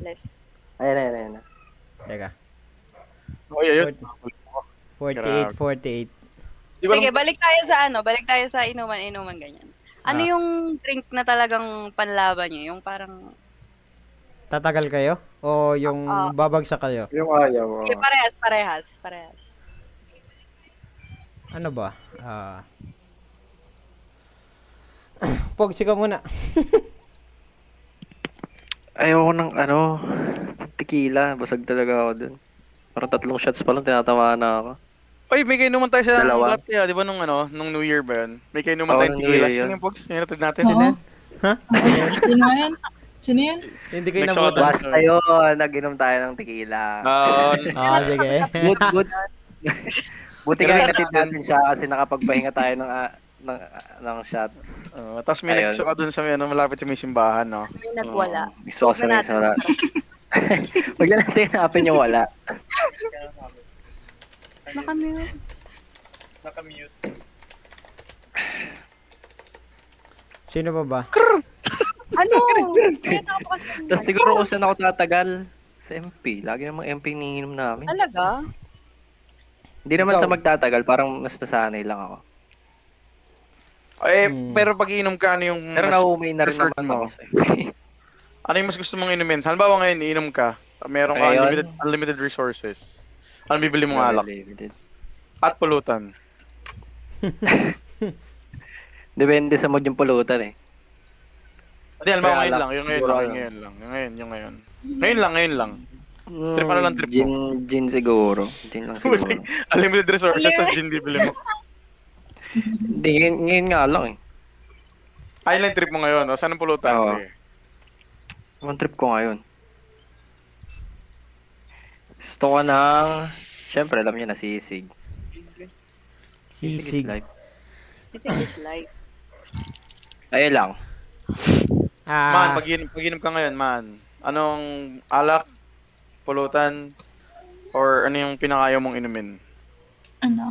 D: Less.
C: Ayan, ayan, ayan.
F: Teka.
A: Oh, yeah, yun.
F: 48, 48.
A: Di ko alam-
D: Sige, balik tayo sa ano, balik tayo sa inuman-inuman ganyan. Ano
F: Ah.
D: yung drink na talagang panlaban niyo? Yung parang,
F: Tatagal kayo? O yung
D: Ah.
F: babagsak kayo?
C: Yung ayaw.
D: Sige,
C: oh.
D: parehas, parehas, parehas.
F: Ano ba? Ah. <clears throat> Pog, sika muna.
C: Ayaw ko ng ano, tequila. Basag talaga ako dun. Parang tatlong shots pa lang tinatamaan na ako.
A: Oy, may kainuman tayo sa
C: Dalawa.
A: dati ah, di ba nung ano, nung New Year ba yun? May kainuman
C: Oo,
A: tayong
C: nung New
A: tequila.
C: Year
A: Sino
C: yun.
A: yung Pogs? Yung natin natin.
E: Oo.
F: Ha?
E: Sino yan? Sino yan?
F: Hindi ko
A: Next
F: inabutan.
A: one.
C: Basta yun, nag-inom tayo ng tequila.
A: Ah,
F: Ah,
A: <laughs>
F: sige.
C: But, but, <laughs> buti ka natin natin siya kasi nakapagpahinga tayo ng, ah, ng, ah, ng shot.
A: uh, tapos may
C: Ayun.
A: nagsuka dun sa may, ano, malapit sa may simbahan, no?
D: May nagwala.
C: Um, gusto ko
D: Huwag na
C: sabihin sa wala. Huwag na natin hanapin yung wala.
E: Nakamute.
A: Nakamute.
F: Sino pa ba?
D: <laughs> Ano?
C: Tapos siguro kung saan ako tatagal, sa MP. Lagi namang MP iniinom namin.
D: Talaga?
C: Hindi naman
F: Ikaw?
C: sa magtatagal, parang mas nasanay lang ako.
A: Eh,
F: Hmm.
A: pero pag iinom ka, ano yung
C: Pero
A: mas-
C: nauumay na rin
A: preferred
C: naman
A: mo?
C: ako sa MP.
A: ano yung mas gusto mong inumin? Halimbawa ngayon, iinom ka. Meron ka
C: Ayun.
A: unlimited, unlimited resources. Ano bibili mong alak?
C: Limited.
A: At pulutan.
C: Depende sa mood yung pulutan eh.
A: Hindi, halimbawa
C: May
A: ngayon
C: alak.
A: lang. Yung ngayon
C: Siguro ano.
A: lang.
C: yun.
A: Yung ngayon lang. Yung ngayon, yung ngayon. Ngayon lang, ngayon lang. Trip, ano lang trip mo?
C: gin, Gin siguro. Gin lang siguro.
A: Putik. <laughs> Unlimited resources, tas gin bibili mo.
C: Hindi, ngayon, ngayon nga lang eh.
A: Ayun lang yung trip mo ngayon. O, saan ang pulutan?
C: Oo.
A: Sige.
C: Ang trip ko ngayon. Gusto ko ng... Siyempre, alam niyo na sisig.
F: Sisig.
C: is life.
D: Kasi it's life.
C: Ayun
F: <laughs>
C: lang.
A: Man,
F: Ah,
A: pag iinom, pag iinom ka ngayon, man. Anong alak, pulutan, or ano yung pinakayaw mong inumin?
E: Ano?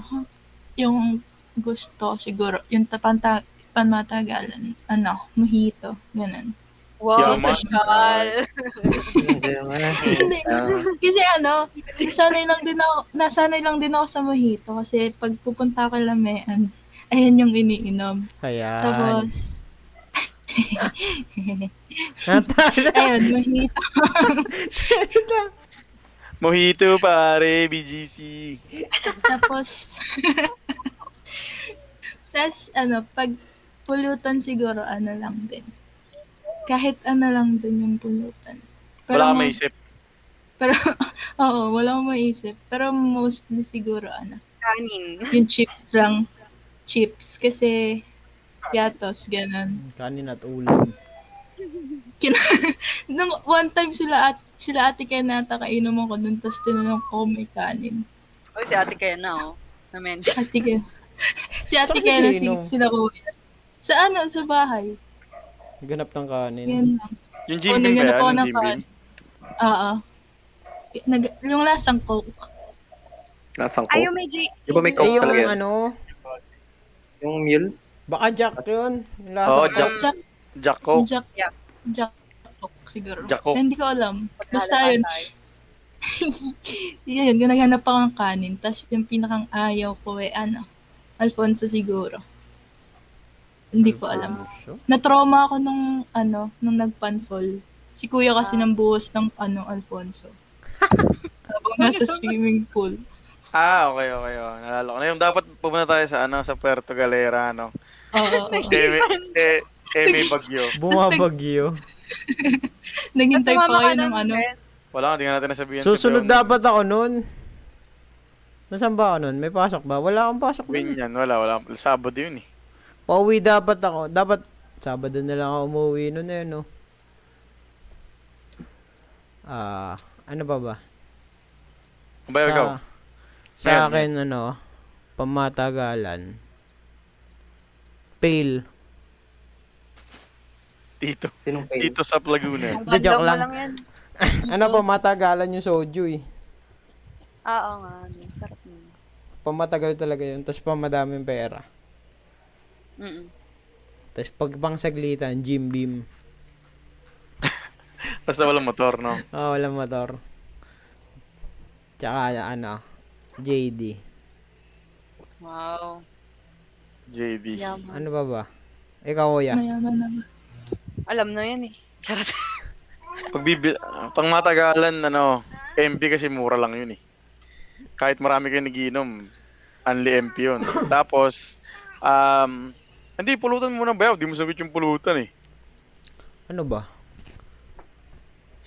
E: Yung gusto siguro. Yung tapanta panmatagalan. Ano? Mojito. Ganun.
D: Wow,
A: Yaman.
D: sagal.
E: Hindi.
C: Ah,
E: Kasi ano, nasanay lang din ako, nasanay lang din ako sa mojito kasi pag pupunta ko lamean, ayan yung iniinom.
F: ayan.
E: Tapos,
F: Natala.
E: <laughs> ayun, mojito.
A: Mojito, pare, BGC.
E: Tapos, tapos ano, pag pulutan siguro, ano lang din. Kahit ano lang din yung pulutan.
A: Wala ka
E: mo-
A: maisip.
E: <laughs> Pero, oo, wala akong maisip. Pero mostly siguro, ano,
D: Kanin.
E: yung chips lang. Chips. Kasi, gatos, ganun.
F: Kanin at ulam.
E: <laughs> Nung one time sila at sila ate kaya nata kainom ako dun, tapos tinanong ko kung may kanin.
D: Uy, si ate kaya na, oh. Na-mention.
E: Ate kaya, <laughs> si ate
F: Saan
E: kaya na si,
F: kainom?
E: sila kuya. Sa ano, sa bahay.
F: Ganap ng kanin.
E: Yan lang.
A: Yung Jim
E: Kunin
A: Beam
E: niya
A: ba
E: na
A: yan?
E: po
A: Yung Jim
E: ng
A: Beam?
E: kanin. Oo. Nag, yung lasang coke.
C: Lasang ko.
D: Ay, yung may gi-
C: Di ba may
F: Eh,
C: coke
F: yung
C: talaga yun?
F: ano,
C: Yung mule?
F: baka Jack yun. Yung lasa
A: Oo,
F: ng-
A: Jack.
E: Jack,
A: Jack Coke.
E: Jack,
D: Yeah.
E: Jack coke siguro.
A: Jack Coke.
E: Hindi ko alam. Basta
D: Lalaman
E: yun,
D: tayo.
E: yun, naghanap ako ng kanin. Tapos yung pinakang ayaw ko eh, ano, Alfonso siguro. Hindi ko alam.
F: Alfonso?
E: Na-trauma ako nung, ano, nung nagpansol. Si kuya kasi nang buhos ng, ano, Alfonso. Habang nasa swimming pool.
A: Ah, okay, okay. Oh. Nalala ko na yung dapat pumunta tayo sa ano sa Puerto Galera, ano.
E: Oo, oo, oo.
A: Eh, may, eh, eh, may bagyo.
F: Bumabagyo.
E: Naghintay pa
D: Sumama
E: kayo
D: ka
E: ng,
D: nun,
E: ano,
D: Fred.
A: Wala, hindi nga natin nasabihan. si
F: Susunod
A: Brown.
F: dapat ako nun. Nasaan ba ako nun? May pasok ba? Wala akong pasok
A: Win
F: nun.
A: yan, wala, wala. Sabado yun eh.
F: Pauwi dapat ako. Dapat Sabado na lang ako umuwi nun eh, no? Ah, ano ba ba?
A: Kumbayo
F: sa,
A: ikaw.
F: Sa
A: Ayan.
F: akin, ano, pamatagalan. Pale.
A: Dito.
C: Sinong pale?
A: Dito sa Laguna.
F: Hindi, joke
D: Ramdam
F: lang.
D: mo lang yan.
F: Ano, pamatagalan yung soju eh.
D: Ah, Oo nga. ano, Sarap nun.
F: Pamatagal talaga yun, tapos pamadaming pera.
D: Mm-mm.
F: Tapos pag pang saglitan, gym beam.
A: Basta walang motor, no?
F: Ah, walang motor. Tsaka ano, JD.
D: Wow.
A: JD.
D: Yaman.
F: Ano ba ba? Ikaw, kuya.
E: mayaman na.
D: Alam na yan eh. <laughs> Charot.
A: Pag, bibil, pang matagalan, ano, MP kasi mura lang yun eh. Kahit marami kayo nagiinom, only MP yun. Tapos, um, hindi, pulutan muna ba? Di mo sagot yung pulutan eh.
F: Ano ba?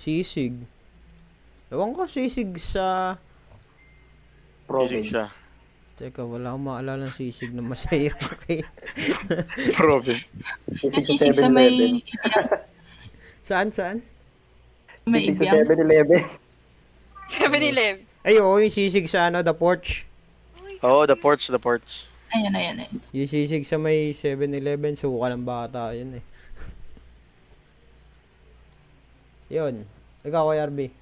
F: Sisig. Ewan ko sisig sa...
A: Sisig <laughs>
C: Province.
A: siya.
F: Teka, wala akong maalala ng sisig na <laughs> masaya. Okay.
A: Province.
E: Nasisig sa may,
F: saan, saan?
E: may ibyang.
C: 7-Eleven.
D: 7-Eleven.
F: Ay, oo, yung sisig sa ano, the porch.
A: Oo, oh, the porch, the porch.
E: Ayan, ayan, ayan.
F: Yung sisig sa may 7-Eleven, suka ng bata, yun eh. <laughs> yun. Ikaw, kuya RB.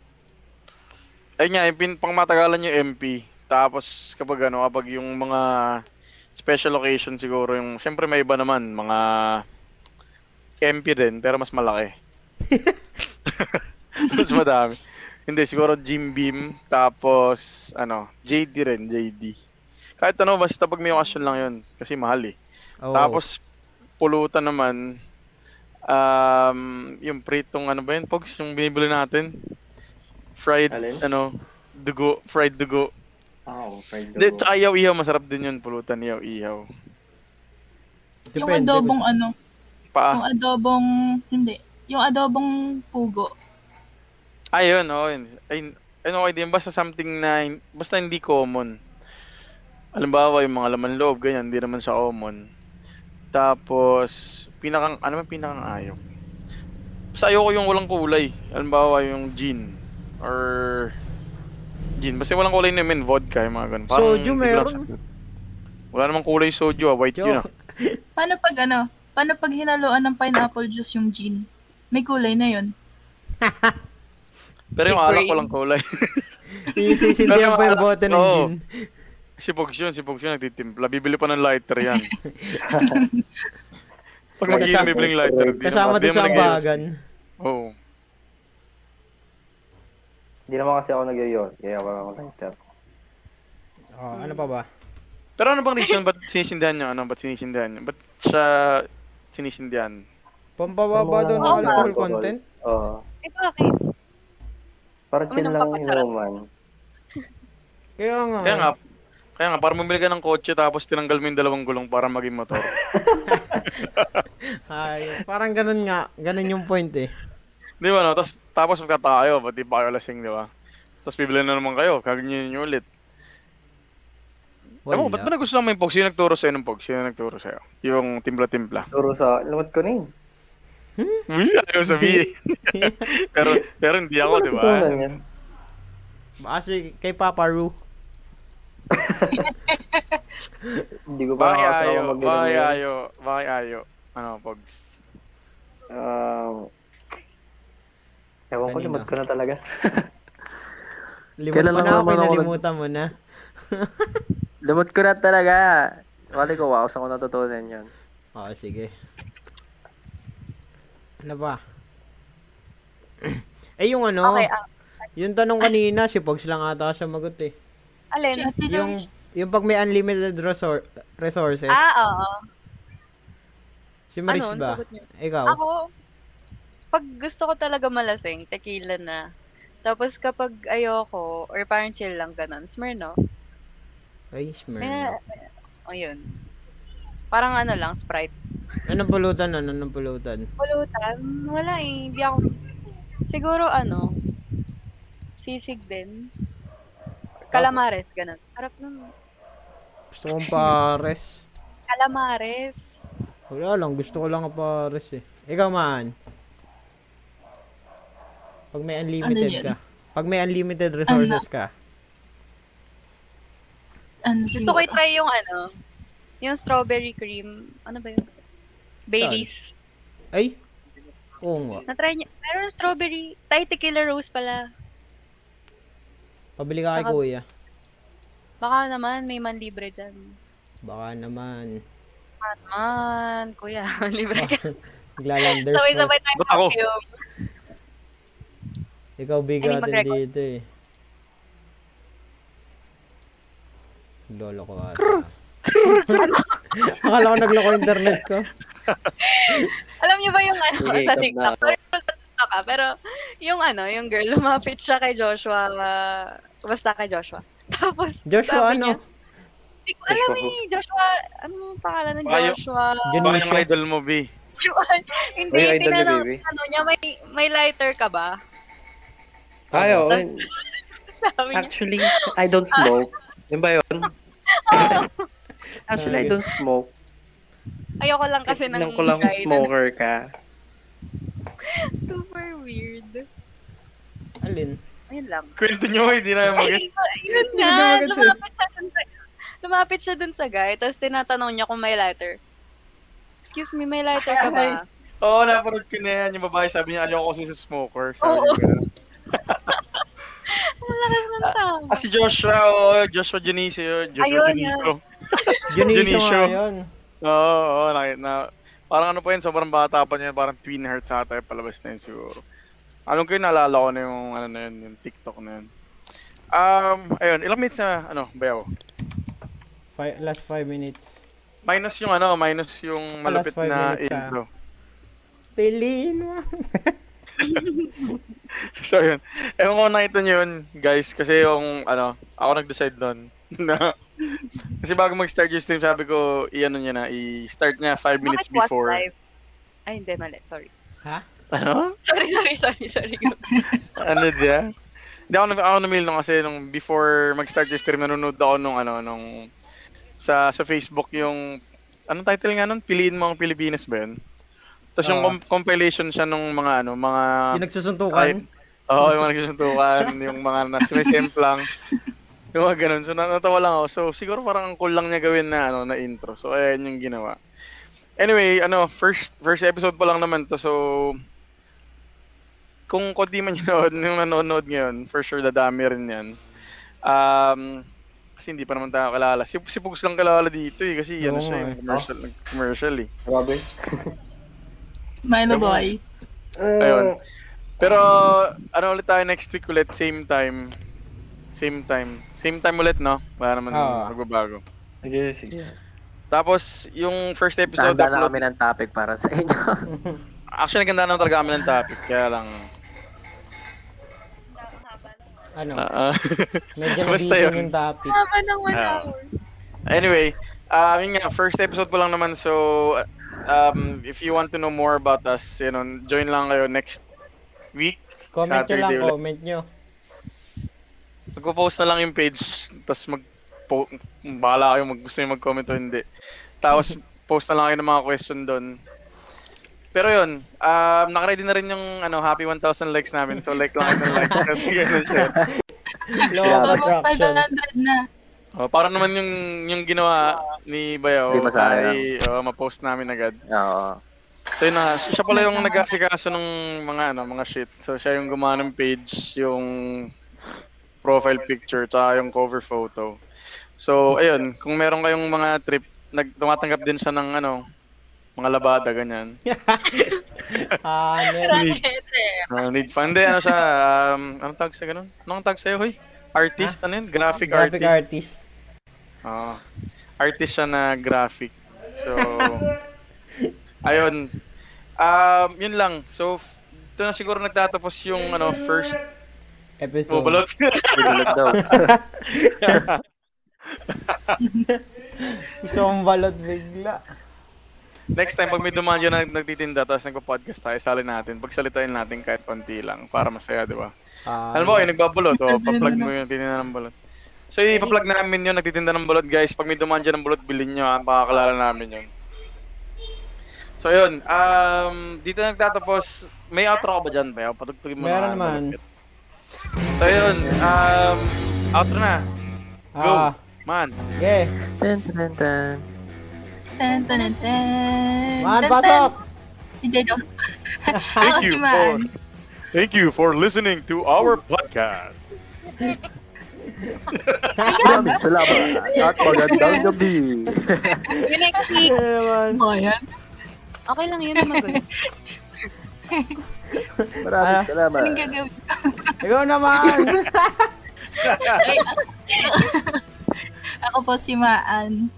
A: Ayun nga, yung pin, pang matagalan yung MP. Tapos kapag ano, kapag yung mga special location siguro yung, syempre may iba naman, mga MP din, pero mas malaki. mas madami. Hindi, siguro Jim Beam, tapos ano, JD rin, JD. Kahit ano, basta pag may occasion lang yun, kasi mahal eh.
F: Oo.
A: Tapos, pulutan naman, um, yung pritong ano ba yun, Pogs, yung binibili natin. Fried,
C: Alin?
A: ano, dugo, fried dugo.
F: Ah,
C: Oh, fried
A: Hindi, tsaka ihaw-ihaw, masarap din yun, pulutan, ihaw-ihaw.
E: Yung adobong ano, yung
A: Paa.
E: adobong, hindi, yung adobong pugo.
A: Ayun, oo. Ah, yun. Ay, ano okay din, basta something na, hin- basta hindi common. Halimbawa, yung mga laman loob, ganyan, hindi naman siya common. Tapos, pinakang, ano man pinakang ayaw? Basta ayoko yung walang kulay. Halimbawa, yung gin. Or, gin. Basta yung walang kulay na yun, vodka, yung mga ganun. Parang
F: Soju
A: hindi lang
F: meron.
A: siya- Wala namang kulay soju, ah. white
F: Jo.
A: yun ah.
E: Paano pag ano, paano pag hinaluan ng pineapple juice yung gin? May kulay na yun.
A: Pero yung alak,
D: Green.
A: walang kulay.
F: Isisindihan pa yung bote ng
A: Oo.
F: gin.
A: Si Pogs yun, si Pogs yun nagtitimpla. Bibili pa ng lighter <laughs> yan. Pag mag-inom, bibiling lighter. Di
F: Kasama
A: naman- di
F: din sa
A: naman nag-iayos.
F: ambagan.
A: Oo.
C: Hindi naman kasi ako nag-yos, kaya wala akong lighter.
F: Oh, ano pa ba?
A: Pero ano bang reason? Ba't sinisindihan niyo? Ano? Ba't sinisindihan niyo? Ba't siya sinisindihan?
F: Pampababa daw ng
D: Oo,
F: alcohol content?
C: Oo.
D: Eh, bakit?
C: Para chill
D: Unang
C: lang
D: papasarap.
C: yung man.
F: Kaya nga.
A: Kaya nga, kaya nga, para bumili ka ng kotse tapos tinanggal mo yung dalawang gulong para maging <laughs> motor.
F: eh. Ay, parang ganun nga. Ganun yung point eh.
A: di ba no? Tapos, tapos magkataka kayo, ba't di pa kayo lasing, di ba? Tapos bibili na naman kayo, kaganyan niyo ulit. Ewan ko, ba't ba
F: Wala.
A: nagustuhan mo yung Pogs? Sino nagturo sa'yo ng Pogs? Sino nagturo sa'yo? Yung timpla-timpla.
C: Turo sa, lumot ko na yun.
A: Uy, ayaw <laughs> sabihin. pero, pero hindi ako, di ba?
C: Tutunan yan.
F: Baka si Ah, kay Papa Ru.
C: Hindi ko pa
A: Bakit ayaw?
C: nakakasama mag-inom
A: Bakit
C: yun.
A: ayaw? Bakit ayaw? Ano, Pogs?
C: Um, ewan ko,
F: Kanina.
C: lumot ko na talaga.
F: Limot
C: Kailan
F: pa
C: lang
F: na
C: naman
F: ako,
C: ako nag-
F: pinalimutan mo na.
C: lumot ko na talaga. Wala ko, wow, saan ko natutunan yun?
F: Oo, sige. Ano ba? <clears throat> eh, yung ano,
D: Okay, ah,
F: yung tanong kanina, si Pogs lang ata siya magot eh.
D: alin?
E: Si ate
F: Yung,
E: Lance,
F: yung pag may unlimited resor- resources,
D: Ah, oo.
F: si Maris
D: ano,
F: ba?
D: sagot niyo?
F: Ikaw?
D: Ako, pag gusto ko talaga malasing, tequila na. Tapos kapag ayoko, or parang chill lang ganun, Smirno.
F: Ay, Smyrna.
D: Eh, o yun. Parang ano lang, Sprite.
F: Anong pulutan nun? Anong pulutan?
D: Pulutan, wala eh. Hindi ako, siguro ano, sisig din. Calamares, ganun. Sarap nun.
F: Gusto kong pares.
D: Calamares.
F: Wala lang, gusto ko lang ang pares eh. Ikaw man. Pag may unlimited
E: yun?
F: ka. Pag may unlimited resources ka.
E: ano
D: Gusto ko
E: siguro?
D: i-try yung ano, yung strawberry cream. Ano ba yun? Baileys.
F: Ay! Oo nga.
D: Na-try niya. Meron strawberry. Thai tequila rose pala.
F: Pabili ka kay
D: Saka-
F: kuya.
D: Baka naman may manlibre dyan.
F: Baka naman.
D: Baka naman, kuya. <laughs> Libre ka.
F: Naglalanders for...
D: Sabay-sabay tayong
A: Ba't ako?
D: perfume.
F: Ikaw bigatin
D: mag-record.
F: dito eh. Lolo ko ata. <laughs> Akala ko nagloko yung internet ko.
D: Alam niyo ba yung ano,
C: Sige,
D: <laughs> sa
C: ikaw
D: TikTok?
C: na.
D: Sorry kung sa TikTok ah, pero yung ano, yung girl, lumapit siya kay Joshua. ah, basta kay Joshua. <laughs> Tapos,
F: Joshua,
D: sabi niya,
F: ano?
D: Hindi ko alam eh, Joshua, ano yung pangalan ng
A: Bayo.
D: Joshua?
A: Baka yung
F: Janisha.
A: idol mo, B.
D: Hindi,
C: Ay, idol niya,
D: tinanong,
C: baby.
D: ano niya, may, may lighter ka ba? <laughs>
C: Ayaw.
D: Sabi niya,
C: Actually, I don't
A: Ah.
C: smoke. Yun ba <laughs> yun? Actually, I don't smoke.
D: ayoko lang kasi ng
C: Tinanong ko lang kung
D: guy na-
C: smoker ka.
D: <laughs> Super weird.
F: Alin?
D: Ayun lang.
A: Kwento niyo, hindi na mag
D: Ay, yun
F: Hindi
D: nga,
F: ko
D: lumapit
F: na
D: siya, dun sa, lumapit siya dun sa guy, tapos tinatanong niya kung may lighter. Excuse me, may lighter ka ba?
A: <laughs> Oo, oh, napanood ko na yan. Yung babae sabi niya, ayaw ko kasi sa smoker. Sabi
D: Oo.
A: niya, ganun.
D: Ang lakas ng tao.
A: "Ah, si Joshua, oh, Joshua Dionisio, Joshua
D: Ayun,
A: Dionisio.
F: Dionisio
A: Dionisio.
F: nga yun.
A: Oo, oo, nakita na. Parang ano pa yun, sobrang bata pa niya, parang tween heart sa tayo, palabas na yun siguro. Alam ko yun, naalala ko na yung, ano na yun, yung TikTok na yun. Um, ayun, ilang minutes na, ano, bayaw?
F: Fi- last five minutes.
A: Minus yung ano, minus yung malapit
F: five
A: na
F: minutes, ah.
A: intro.
F: Piliin mo.
A: <laughs> So yun, ewan ko kung nakita niyo yun, guys, kasi yung, ano, ako nag-decide doon. <laughs> na, kasi bago mag-start yung stream, sabi ko, i-ano niya na, i-start niya 5 minutes
D: Bakit watch
A: before.
D: live? Ay, hindi, mali. Sorry.
A: <laughs>
D: <laughs>
A: Ano?
D: Sorry, sorry, sorry, sorry.
A: ano dia? Hindi ako, nag- ako namil nung kasi nung before mag-start yung stream, nanonood ako nung ano, nung sa sa Facebook yung, anong title nga nun? Piliin mo ang Pilipinas ba yun? Tapos yung
F: Ah.
A: com- compilation siya nung mga ano, mga...
F: Yung nagsusuntukan.
A: Ay, Oo, yung mga nagsusuntukan, <laughs> yung mga nasumisimplang. yung mga ganun. So, na- natawa lang ako. So, siguro parang ang cool lang niya gawin na, ano, na intro. So, ayan yung ginawa. Anyway, ano, first first episode pa lang naman to. So, kung konti man yun, yung nanonood ngayon, for sure dadami rin yan. Um, kasi hindi pa naman tayo kalala. Si, si Pugs lang kalala dito eh, kasi ano
F: Oo
A: siya,
F: nga
A: yung
F: eh.
A: commercial, commercial eh.
G: Grabe.
E: Milo boy.
A: Ayun. Pero ano ulit tayo next week ulit same time. Same time. Same time ulit no. Wala naman
F: Oo.
A: magbabago.
C: Sige, sige.
A: Tapos yung first episode
G: Tanda
A: upload,
G: na kami ng topic para sa
C: <laughs>
G: inyo.
A: actually naganda naman talaga kami ng topic kaya lang.
F: <laughs> Ano?
A: <laughs> Ah, ah.
F: Medyo
A: Basta
F: nabitin
A: yun.
F: yung topic.
D: Tama ng one
A: Ah.
D: hour.
A: anyway, uh, yun nga first episode pa lang naman so um if you want to know more about us, you know, join lang kayo next week.
F: Comment nyo lang,
A: Saturday ulit.
F: comment nyo.
A: Magpo-post na lang yung page, tapos mag po, bahala kayo mag gusto niyo mag-comment o hindi. Tapos post na lang kayo ng mga question doon. Pero yun, um, nakaready na rin yung ano, happy 1,000 likes namin. So like lang kayo ng like. <laughs> Kasi ganun siya.
F: Law of
E: Almost
F: attraction.
E: 500 na.
A: Oh, para naman yung yung ginawa ni Bayo
G: Hindi masayang.
A: ay oh, ma-post namin agad.
G: Oo.
A: So yun na, siya pala yung nag-asikaso ng mga ano, mga shit. So siya yung gumawa ng page, yung profile picture, tsaka yung cover photo. So ayun, kung meron kayong mga trip, nag tumatanggap din siya ng ano, mga labada ganyan.
F: <laughs> Ah, ano?
A: Need, uh, need fun. Hindi, ano siya, um, anong tag sa ganun? Anong tag sa'yo, hoy? Artist, ano yun? Graphic, artist.
F: Graphic artist.
A: Oo. Ah, artist siya na graphic. So, ayun. Um, yun lang. So, f- ito na siguro nagtatapos yung ano, first
F: Episode.
A: bubalot.
G: Bibulog daw.
F: Gusto kong balot bigla.
A: <laughs> Next time, pag may dumaan yun na nagtitinda, tapos nagpa-podcast tayo, sali natin. Pagsalitain natin kahit konti lang para masaya, di ba?
F: Ah,
A: Alam mo, kayo nagbabalot. O, pa-plug mo yun, tininda ng balot. So, ipa-plug namin yun, nagtitinda ng balot, guys. Pag may dumaan dyan ng balot, bilhin nyo, ha. Pakakalala namin yun. So, yun. Um, dito nagtatapos. May outro ka ba dyan, Bayo? Patugtugin mo na.
F: Meron naman.
A: So, yun. Um, outro na. Go.
F: Ah,
A: Man.
F: okay.
G: Dun, dun, dun.
E: Tan, tan, tan, tan.
F: Man,
E: Tan,
F: pasok!
E: tan. Hindi, joke.
A: <laughs> Thank
E: Ako si
A: you
E: Man.
A: for- Thank you for listening to our podcast.
G: Maraming salamat. At magandang gabi.
D: Yun next week.
F: Ano naman?
E: Bayan.
D: Okay lang yun, magulo.
G: Maraming
F: Ah.
G: salamat.
E: Anong gagawin?
F: Ikaw
A: <laughs>
F: naman!
E: Ako po si Maan.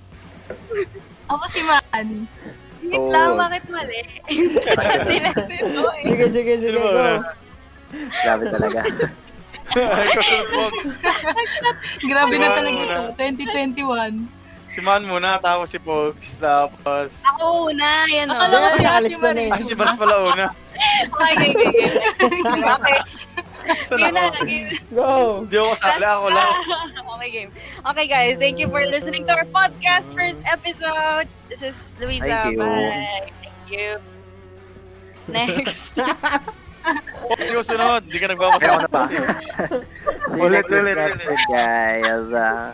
E: Ako si Maan.
D: Wait lang,
G: Oo.
D: bakit mali? <laughs> Hindi lang ito eh.
F: sige, sige, sige,
A: Sino ba
F: go.
A: una?
G: Grabe
A: <laughs>
G: talaga.
A: Ikaw, Sir Pog.
E: Grabe na
A: Maan
E: talaga
A: muna.
E: ito. 2021.
A: Si Man muna, tapos si Pogs, tapos...
D: Ako una, yan o.
E: Akala ko si
F: Yeah,
E: Ate
F: alis na na
E: Marie.
F: eh.
A: Ah, si Bars pala una.
D: Okay, <laughs> okay, okay.
E: <laughs>
D: Okay,
A: So,
D: yun na,
A: nako.
D: naging
F: Go!
A: Hindi ako kasali, ako lang.
D: okay, game. Okay, guys. Thank you for listening to our podcast first episode. This is Luisa.
G: Thank you.
D: Bye. Thank <laughs> you. Next.
A: Oh, sige, sunod. Hindi ka
G: Kaya ako
A: nagbabasa.
G: na
A: <laughs>
G: pa. See you
A: Ulit,
G: next week,
A: ulit,
G: next
A: ulit.
G: week, guys. Ah.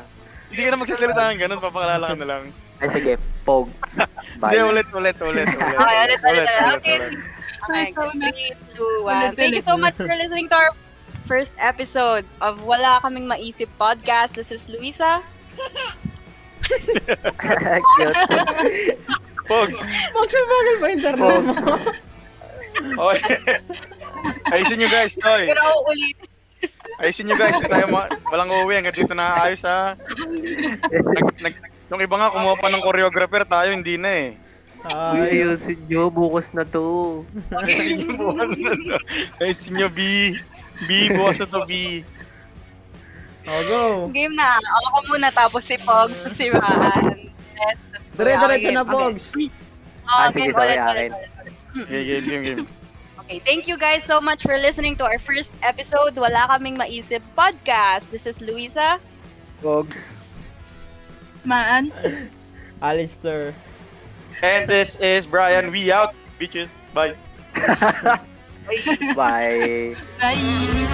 A: Hindi ka na magsasalita ng ganun, papakalala ka na lang.
G: Ay, sige. Pog.
A: Hindi,
G: Bye.
A: ulit, ulit, ulit, ulit.
D: <laughs> Okay, ulit, ulit, ulit.
A: ulit,
D: Okay.
A: ulit.
D: Okay, guys. Three, two, one.
E: Ulit,
D: Thank you
E: ulit.
D: so much for listening to our first episode of Wala Kaming Maisip Podcast. This is Luisa.
G: <laughs> Cute.
A: Pogs!
B: Magsubagal ba internet
F: <laughs>
B: mo?
D: <laughs>
A: Okay. Ayusin nyo guys, toy.
D: Pero ulit,
A: Ayusin nyo guys, hindi tayo ma- walang uuwi hanggang dito na ayos ha. Nag, nag, yung iba nga kumuha pa ng choreographer, tayo hindi na eh.
F: Ay,
G: Ayusin nyo, bukas na <laughs> to.
A: Ayusin nyo, bukas na to. Ayusin nyo, B. B, bukas na to, B.
F: oh, go.
D: game na. Ako muna tapos si Pog, si Maan. Yes, tapos Kuya.
F: Dire-diretso
D: Okay,
F: na,
D: okay.
F: Pogs.
C: Ah,
D: Ah,
C: sige,
D: game,
C: sorry,
D: ulit, ulit,
C: akin.
D: ulit.
A: Okay, game, game, game.
D: Okay, thank you guys so much for listening to our first episode, Wala Kaming Maisip Podcast. This is Luisa.
G: Pogs.
E: Maan?
F: Alistair.
A: And this is Brian. We out, bitches. Bye.
G: Bye.
E: Bye!